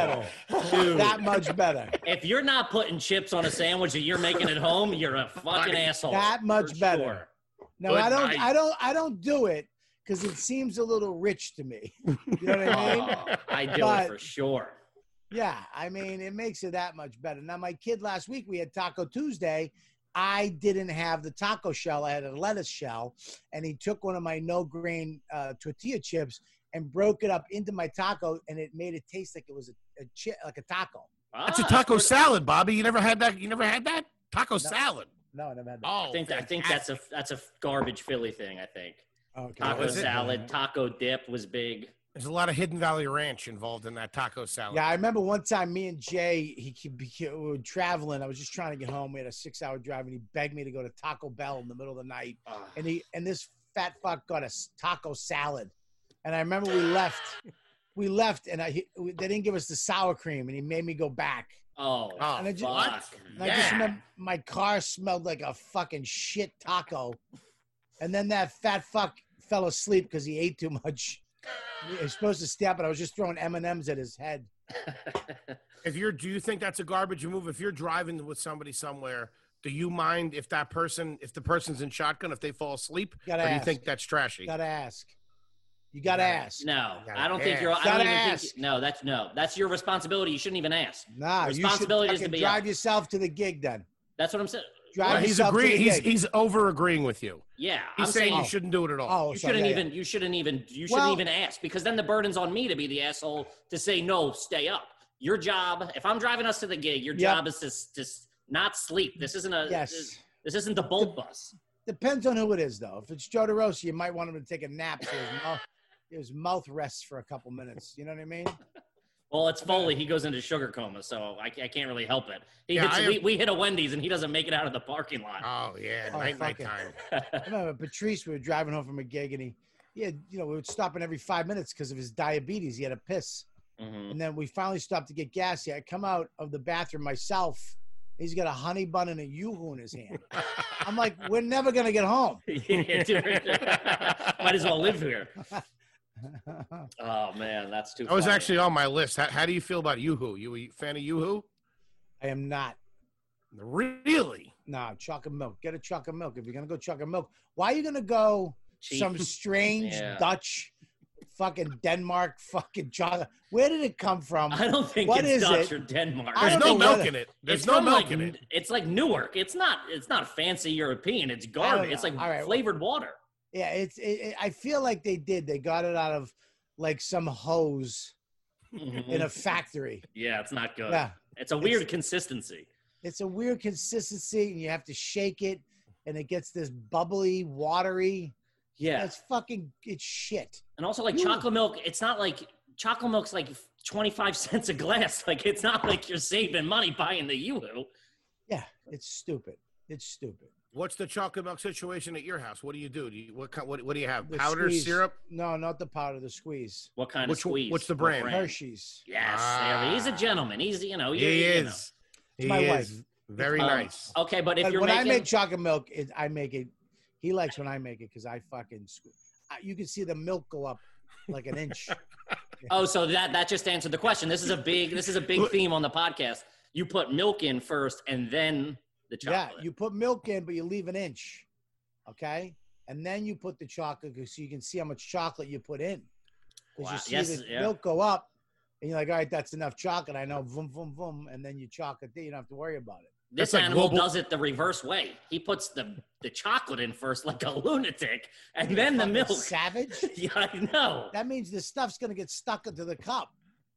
D: better.
C: dude.
D: That much better.
C: If you're not putting chips on a sandwich that you're making at home, you're
D: (laughs)
C: a fucking asshole.
D: That much
C: for
D: better.
C: sure.
D: No,
B: Good
D: I don't.
B: night.
D: I don't. I don't do it because it seems a little rich to me. (laughs) You know what (laughs) I mean?
C: Oh, I do
D: But-
C: it for sure.
D: Yeah, I mean it makes it that much better. Now my kid last week we had Taco Tuesday. I didn't have the taco shell. I had a lettuce shell, and he took one of my no grain uh, tortilla chips and broke it up into my taco, and it made it taste like it was a, a chi- like a taco.
B: That's a
C: Ah,
B: taco
C: that's-
B: salad, Bobby. You never had that. You never had that taco salad.
D: uh, No, I never had that.
B: Oh,
C: I think I think that's a that's a garbage Philly thing. I think
D: Okay.
C: taco
B: Is it?
D: Mm-hmm.
C: salad, taco dip was big.
B: There's a lot of Hidden Valley Ranch involved in that taco salad.
D: Yeah, I remember one time me and Jay, he, ke- be- ke- we were traveling. I was just trying to get home. We had a six-hour drive, and he begged me to go to Taco Bell in the middle of the night.
C: Ah.
D: And he and this fat fuck got a s- taco salad. And I remember we left, we left, and I he, we, they didn't give us the sour cream, and he made me go back.
C: Oh,
B: Oh,
D: And I ju-
B: fuck.
C: fuck.
D: And I just
B: Yeah.
D: remember my car smelled like a fucking shit taco. And then that fat fuck fell asleep because he ate too much. He was supposed to stay up, but I was just throwing M and M's at his head.
B: If you're, do you think that's a garbage move? If you're driving with somebody somewhere, do you mind if that person, if the person's in shotgun, if they fall asleep,
D: Gotta
B: or do you
D: ask.
B: think that's trashy?
D: Gotta ask. You gotta
B: Gotta-
D: ask.
C: No,
B: You gotta
C: I don't think
B: ask.
C: you're. I
D: Gotta
C: don't even
D: ask.
C: think. No, that's no. That's your responsibility. You shouldn't even ask.
D: Nah, you should
C: Responsibility is to
D: fucking
C: be
D: drive yourself to the gig then.
C: That's what I'm saying.
D: Drive
B: Well, he's
D: yourself to
B: agreeing.
D: the
B: He's
D: gig.
B: he's over agreeing with you.
C: Yeah,
B: He's
C: I'm
B: saying,
C: saying,
B: you shouldn't do it at all.
D: oh,
C: you
D: sorry,
C: shouldn't
D: yeah, yeah.
C: even. You shouldn't even. You shouldn't
D: Well-
C: even ask because then the burden's on me to be the asshole to say no. Stay up. Your job. If I'm driving us to the gig, your
D: Yep.
C: job is to s- just not sleep. This isn't
B: uh,
C: a. This,
D: Yes.
C: this isn't the bolt bus.
D: Depends on who it is though. If it's Joe DeRosa, you might want him to take a nap so his mouth, his mouth rests for a couple minutes. You know what I mean?
C: Well, it's Foley. He goes into sugar coma, so I, I can't really help it. He
B: Yeah,
C: hits,
B: I am-
C: we, we hit a Wendy's and he doesn't make it out of the parking lot.
B: Oh yeah,
D: Oh,
B: night night
D: fuck it.
B: (laughs) time.
C: (laughs)
D: I remember Patrice, we were driving home from a gig and he, he had, you know, we would stop in every five minutes because of his diabetes. He had a piss.
C: Mhm.
B: mm-hmm.
D: And then we finally stopped to get gas. Yeah, I come out of the bathroom myself. He's got a honey bun and a yoo-hoo in his hand. I'm like, we're never going to get
C: (laughs)
D: home.
C: Yeah, dude. (laughs) Might as well live here. Oh man, that's too.
B: That was
C: funny.
B: actually on my list. How, how do you feel about YooHoo? You a fan of YooHoo?
D: I am not.
B: Really?
D: Nah, chocolate milk. Get a chocolate milk. If you're going to go chocolate milk, why are you going to go
C: Cheap.
D: some
C: (laughs)
D: strange
C: Yeah.
D: Dutch fucking Denmark fucking chocolate? Where did it come from?
C: I don't think
D: What
C: it's
D: is
C: Dutch
D: it?
C: or Denmark.
D: I
B: There's
D: don't
B: no
D: know
B: milk
D: whether-
B: in it. There's
C: It's
B: no
C: from,
B: milk
C: like,
B: in it.
C: It's like Newark. It's not. It's not fancy European. It's garbage.
D: know.
C: It's like
D: All right.
C: flavored water.
D: Yeah, it's. It, it, I feel like they did. They got it out of like some hose (laughs) in a
C: Mm.
D: factory.
C: Mm-hmm. yeah, it's not good.
D: Yeah,
C: It's a weird consistency.
D: it's a weird consistency, and you have to shake it, and it gets this bubbly, watery.
C: Yeah,
D: It's fucking. It's shit.
C: and also like
D: Ooh.
C: chocolate milk. It's not like chocolate milk's like twenty five cents a glass. (laughs) Like it's not like you're saving money buying the yoo-hoo.
D: Yeah, it's stupid. It's stupid.
B: What's the chocolate milk situation at your house? What do you do? do you, what, kind, what what do you have?
D: The
B: Powder
D: squeeze.
B: syrup?
D: No, not the powder. The squeeze.
C: What kind of
B: Which-
C: squeeze?
B: what's the
C: What
B: brand? Ah.
D: Hershey's.
C: Yes, there- he's a gentleman. He's you know you-
B: He
C: you know.
B: is. He
D: my wife.
B: is very
C: Um,
B: nice.
C: Okay, but if
D: But
C: you're
D: when
C: making,
D: I make chocolate milk, it, I make it. He likes when I make it because I fucking. sque- I, you can see the milk go up like an inch.
C: oh, so that that just answered the question. This is a big this is a
B: (laughs)
C: big theme on the podcast. You put milk in first, and then the chocolate.
D: Yeah, you put milk in, but you leave an inch, okay? And then you put the chocolate so you can see how much chocolate you put in. Because
C: Wow,
D: you see
C: yes,
D: the
C: yeah.
D: milk go up, and you're like, all right, that's enough chocolate. I know, vroom, vroom, vroom. And then you chocolate there. You don't have to worry about it.
C: this
B: That's like
C: animal
B: global-
C: does it the reverse way. He puts the the chocolate in first, like a (laughs) lunatic, and then the
D: Fucking
C: milk.
D: Savage?
C: (laughs) yeah, I know.
D: that means the stuff's going to get stuck into the cup.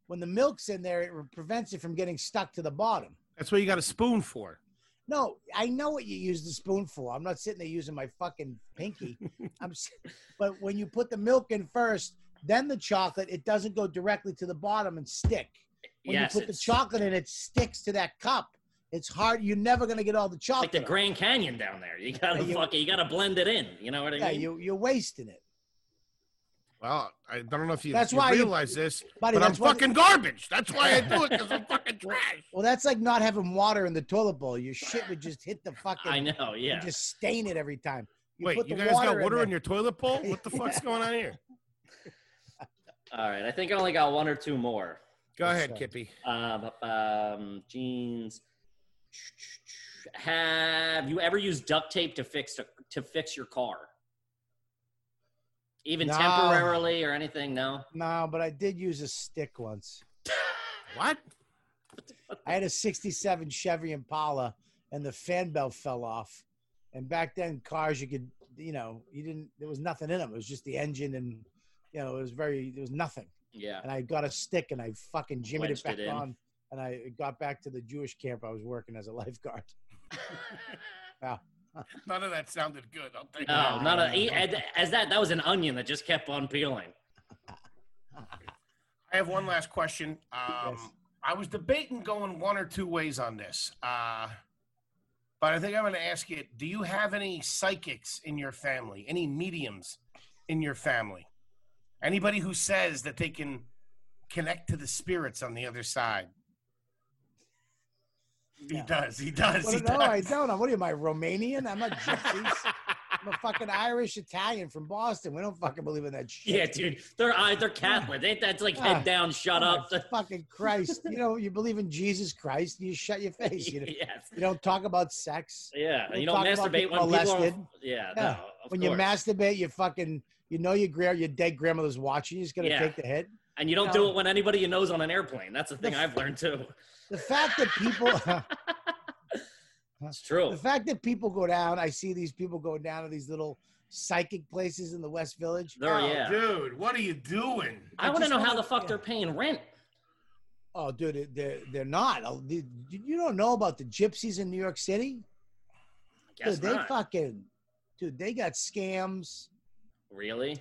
D: When the milk's in there, it re- prevents it from getting stuck to the bottom.
B: That's what you got a spoon for.
D: No, I know what you use the spoon for. I'm not sitting there using my fucking
B: (laughs)
D: pinky. I'm, s- but when you put the milk in first, then the chocolate, it doesn't go directly to the bottom and stick. When
C: yes,
D: you put the
C: it's
D: chocolate in, it sticks to that cup. It's hard. You're never gonna get all the
C: like
D: chocolate.
C: the Grand Canyon down there. You gotta
D: Yeah, you-
C: fucking you gotta blend it in. You know what I
D: yeah,
C: mean? (laughs)
D: you you're wasting it,
B: Well, I don't know if you,
D: That's
B: you
D: why you-
B: realize this,
D: buddy.
B: but I'm
D: that's why-
B: fucking garbage. That's why I do it because (laughs)
D: (laughs)
B: I'm fucking trash.
D: well, that's like not having water in the toilet bowl. Your shit would just hit the fucking.
C: I know.
D: and
C: Yeah.
D: Just stain it every time.
B: Wait,
D: put
B: you
D: the
B: guys got water
D: there.
B: in your toilet bowl? What
D: (laughs)
B: the fuck's going on here?
C: All right. I think I only got one or two more.
B: Go
D: Yes,
B: ahead,
D: sir.
B: Kippy.
C: Um, um, jeans. Have you ever used duct tape to fix to fix your car? Even
D: No.
C: temporarily or anything? No.
D: No, but I did use a stick once. (laughs)
B: What?
D: I had a 67 Chevy Impala and the fan belt fell off. And back then, cars, you could, you know, you didn't, there was nothing in them. It was just the engine and, you know, it was very, there was nothing.
C: Yeah.
D: And I got a stick and I fucking jimmied
C: Wedged
D: it back
C: it in.
D: on. And I got back to the Jewish camp I was working as
C: (laughs)
D: a lifeguard.
B: (laughs) None of that sounded good. I'll take
C: No,
D: Nah,
C: not
D: nah.
C: a, e- as, as that. That was an onion that just kept on peeling.
D: (laughs)
B: I have one last question. Um,
D: Yes.
B: I was debating going one or two ways on this, uh, but I think I'm going to ask you: Do you have any psychics in your family? Any mediums in your family? Anybody who says that they can connect to the spirits on the other side? He does. He does.
D: Well,
B: He
D: no, I
B: does.
D: don't. I'm, what am I, Romanian? I'm not gypsies. I'm a fucking Irish Italian from Boston. We don't fucking believe in that shit.
C: Yeah, dude, they're I- they're Catholic. Ain't that like
D: Ah.
C: head down, shut
D: Oh,
C: up?
D: my
C: (laughs)
D: fucking Christ. You know, you believe in Jesus Christ and you shut your face. You, don't-
C: yes.
D: you don't talk about sex.
C: Yeah,
D: We'll
C: you don't
D: talk about
C: masturbate
D: getting
C: when people are.
D: molested.
C: Yeah,
D: Yeah.
C: no, of
D: when you
C: course.
D: masturbate, you fucking, you know your grand, your dead grandmother's watching. You're just going to
C: Yeah.
D: take the hit.
C: and you don't
D: No.
C: do it when anybody you know's on an airplane. That's the thing I've learned too.
D: The fact that
C: (laughs)
D: people...
C: It's true.
D: The fact that people go down, I see these people go down to these little psychic places in the West Village.
C: They're
B: Oh,
C: yeah.
B: Dude, what are you doing?
C: I want to
D: just
C: know how
D: wanna-
C: the fuck
D: yeah.
C: they're paying rent.
D: Oh, dude, it- they're they're not. Oh, dude, You you don't know about the gypsies in New York City,
C: Guess
D: dude. They
C: not.
D: fucking, dude, they got scams.
C: Really?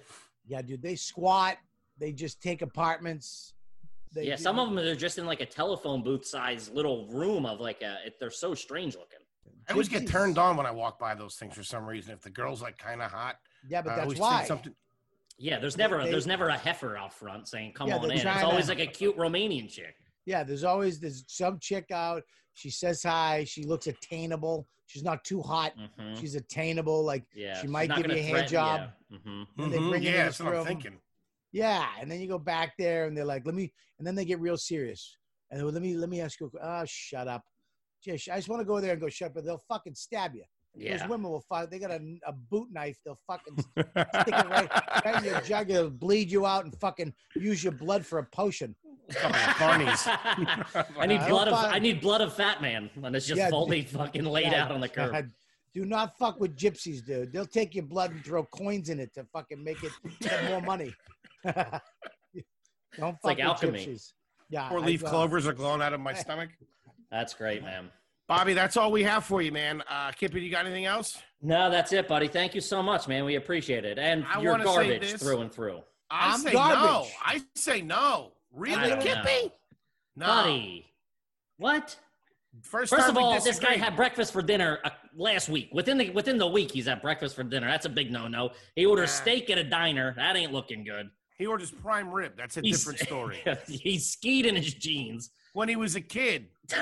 D: Yeah, dude, they squat. They just take apartments. They,
C: yeah. Some of them are just in like a telephone booth size little room of like a. It, they're so strange looking.
B: I always get
D: Gypsies.
B: turned on when I walk by those things for some reason. If the girl's like kind of hot,
D: Yeah, but
B: I
D: that's
B: always
D: why.
B: think something.
C: Yeah, there's never
D: They-
C: there's never a heifer out front saying come
D: Yeah,
C: on
D: they're
C: in. It's
D: trying
C: always
D: to-
C: like a cute Romanian chick.
D: Yeah, there's always there's some chick out. She says hi. She looks attainable. She's not too hot.
C: hmm
D: She's attainable. Like
C: Yeah,
D: she
C: she's
D: might
C: not
D: give
C: gonna
D: you a hand
C: threaten you. Mhm.
D: And they
B: Mhm,
D: bring it in
B: yeah, that's
D: this
B: what I'm
D: room.
B: thinking. (laughs)
D: Yeah, and then you go back there, and they're like, "Let me," and then they get real serious. And they're, let me let me ask you. a qu- Oh, shut up! Just, I just want to go there and go shut up, but they'll fucking stab you. Those
C: Yeah,
D: women will fuck. They got a, a boot knife. They'll fucking stick it right, right in your jugular, bleed you out, and fucking use your blood for a potion.
B: Couple of
D: (laughs)
B: carnies.
C: (laughs) I need
D: I don't
C: blood of
D: find-
C: I need blood of fat man when it's just
D: Yeah,
C: fully fucking laid
D: God,
C: out on the curb.
D: God. Do not fuck with gypsies, dude. They'll take your blood and throw coins in it to fucking make it get more money. (laughs) Don't fuck
C: like
D: with
C: alchemy.
D: gypsies. Yeah,
B: Four
D: I-
B: leaf
D: uh,
B: clovers are glowing out of my stomach.
C: That's great, man.
B: Bobby, that's all we have for you, man. Uh, Kippy, you got anything else?
C: No, that's it, buddy. Thank you so much, man. We appreciate it. And
B: I
C: you're
B: wanna say
C: garbage
B: this.
C: through and through.
B: I
D: I'm
B: say no.
D: garbage.
B: I say no.
C: I
B: Really,
C: don't
B: Kippy? No.
C: Buddy. What?
B: First,
C: First
B: time
C: of
B: we
C: all, this guy
B: disagreed.
C: had breakfast for dinner uh, last week. Within the within the week, he's at breakfast for dinner. That's a big no-no. He orders
B: Yeah.
C: steak at a diner. That ain't looking good.
B: He orders prime rib. That's a
C: He's- (laughs)
B: different story.
C: he skied in his jeans.
B: when he was a kid,
D: it's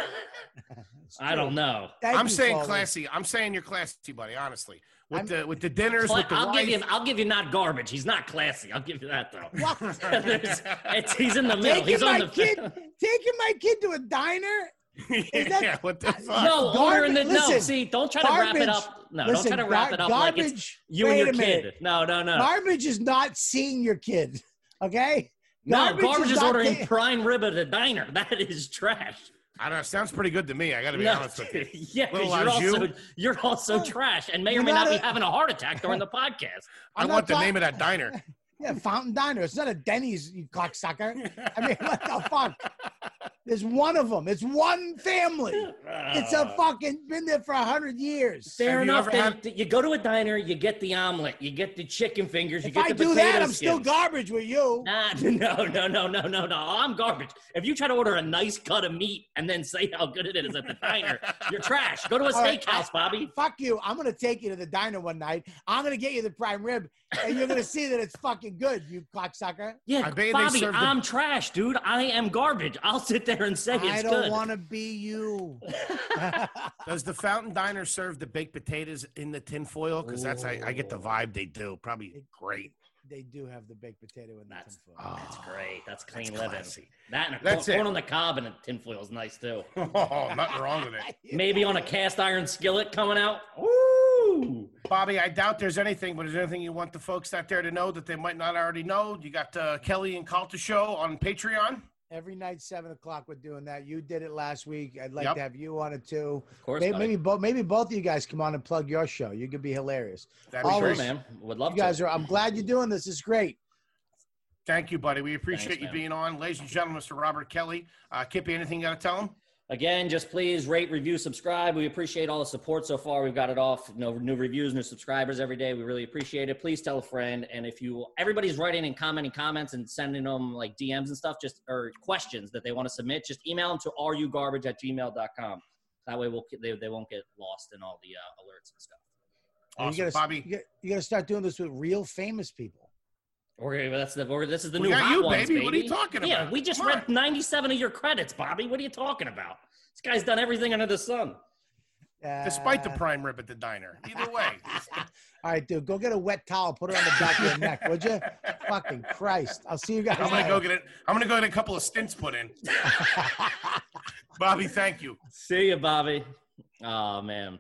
C: I
D: true.
C: don't know.
D: Thank
B: I'm
D: you,
B: saying
D: Paulie.
B: classy. I'm saying you're classy, buddy. Honestly, with the with the dinners,
C: Cla-
B: with the
C: I'll
B: wife.
C: give you. I'll give you not garbage. He's not classy. I'll give you that though.
B: (laughs)
C: (laughs)
D: What?
C: There's- it's- he's in the middle.
D: taking
C: He's on
D: my
C: the
D: kid,
C: (laughs)
D: taking my kid to a diner.
B: (laughs)
D: Is that-
B: yeah, what the fuck?
C: No, ordering the no.
D: Listen,
C: See, don't try to wrap it
D: garbage-
C: up. No,
D: Listen,
C: don't try to wrap
D: gar-
C: it up like
D: garbage.
C: it's you
D: wait
C: and your
D: a
C: kid.
D: minute.
C: No, no, no.
D: Garbage is not seeing your kid. (laughs) Okay.
C: no, garbage is
D: not
C: ordering
D: ta-
C: prime rib at a diner. (laughs) That is trash.
B: I don't know. Sounds pretty good to me. I got to be
C: No,
B: honest with you.
C: (laughs)
D: (laughs)
C: yeah, 'cause
B: Little
C: you're
B: Anjou.
C: also you're also trash, and may or
D: You're
C: may not
D: not
C: be
D: a-
C: having a heart attack (laughs) during the podcast.
B: I want
D: I'm not
B: the
D: talk-
B: name of that
D: (laughs)
B: diner.
D: yeah, Fountain Diner. It's not a Denny's, you cocksucker. I mean, what the fuck?
C: (laughs)
D: There's one of them. It's one family. It's a fucking been there for a hundred years.
C: Fair
B: Have you
C: enough.
B: ever
C: then
B: had-
C: th- you go to a diner, you get the omelet, you get the chicken fingers, you
D: If
C: get
D: I
C: the
D: do
C: potato
D: that, I'm still
C: skins.
D: garbage with you.
C: Nah, Ah, (laughs) no, no, no, no, no, no. I'm garbage. If you try to order a nice cut of meat and then say how good it is at the diner, you're trash. Go to a
D: All right,
C: steakhouse, Bobby.
D: Fuck you. I'm gonna take you to the diner one night. I'm gonna get you the prime rib, and you're gonna see that it's fucking good, you cocksucker.
C: Yeah,
B: I bet they
C: Bobby,
B: serve the-
C: I'm trash, dude. I am garbage. I'll sit there and say
D: I
C: it's
D: don't
C: good.
D: want to be you.
B: Does the Fountain Diner serve the baked potatoes in the tinfoil? Because that's I, I get the vibe they do. Probably great.
D: they do have the baked potato in that
C: That's-
D: tinfoil.
C: That's great. That's clean
B: That's
C: living.
B: classy. (laughs)
C: That and a
B: That's
C: corn,
B: it.
C: corn on the cob and a tinfoil is nice too.
B: Oh, nothing wrong
D: (laughs)
B: with it.
C: Maybe on a cast iron skillet coming out. Ooh.
B: Bobby, I doubt there's anything, but is there anything you want the folks out there to know that they might not already know? You got uh, Kelly and Calta show on Patreon.
D: Every night, seven o'clock, we're doing that. You did it last week. I'd like
B: Yep.
D: to have you on it too.
C: Of course,
D: Maybe,
C: buddy.
D: maybe both. Maybe both of you guys come on and plug your show. You could be hilarious.
B: That'd be
D: All
C: sure,
B: great.
D: always-
C: man. Would love
D: You guys
C: to.
D: are. I'm glad you're doing this. It's great.
B: Thank you, buddy. We appreciate
C: Thanks,
B: you
C: man.
B: being on. Ladies and gentlemen, Mr. Robert Kelly. Uh, Kippy, anything you got to tell him?
C: Again, just please rate, review, subscribe. We appreciate all the support so far. We've got it off. No new reviews, new subscribers every day. We really appreciate it. Please tell a friend. And if you everybody's writing and commenting comments and sending them like DMs and stuff, just or questions that they want to submit, just email them to rugarbage at gmail.com. That way we'll they, they won't get lost in all the uh, alerts and stuff.
D: And
B: Awesome.
D: You gotta,
B: Bobby,
D: You got, you got to start doing this with real famous people.
C: Or that's the or this is the
B: We
C: new
B: got
C: hot
B: you,
C: ones,
B: baby. What are you talking
C: yeah,
B: about?
C: we just
B: Come
C: read
B: on.
C: 97 of your credits, Bobby. What are you talking about? This guy's done everything under the sun.
B: Despite the
D: Uh,
B: prime rib at the diner. Either
D: (laughs)
B: way.
D: All right, dude, go get a wet towel, put it on the back of your neck,
B: (laughs)
D: would you? Fucking Christ! I'll see you guys.
B: I'm gonna
D: later.
B: go get it. I'm gonna go get a couple of stints put
D: (laughs)
B: in. Bobby, thank you.
C: See you, Bobby. Oh man.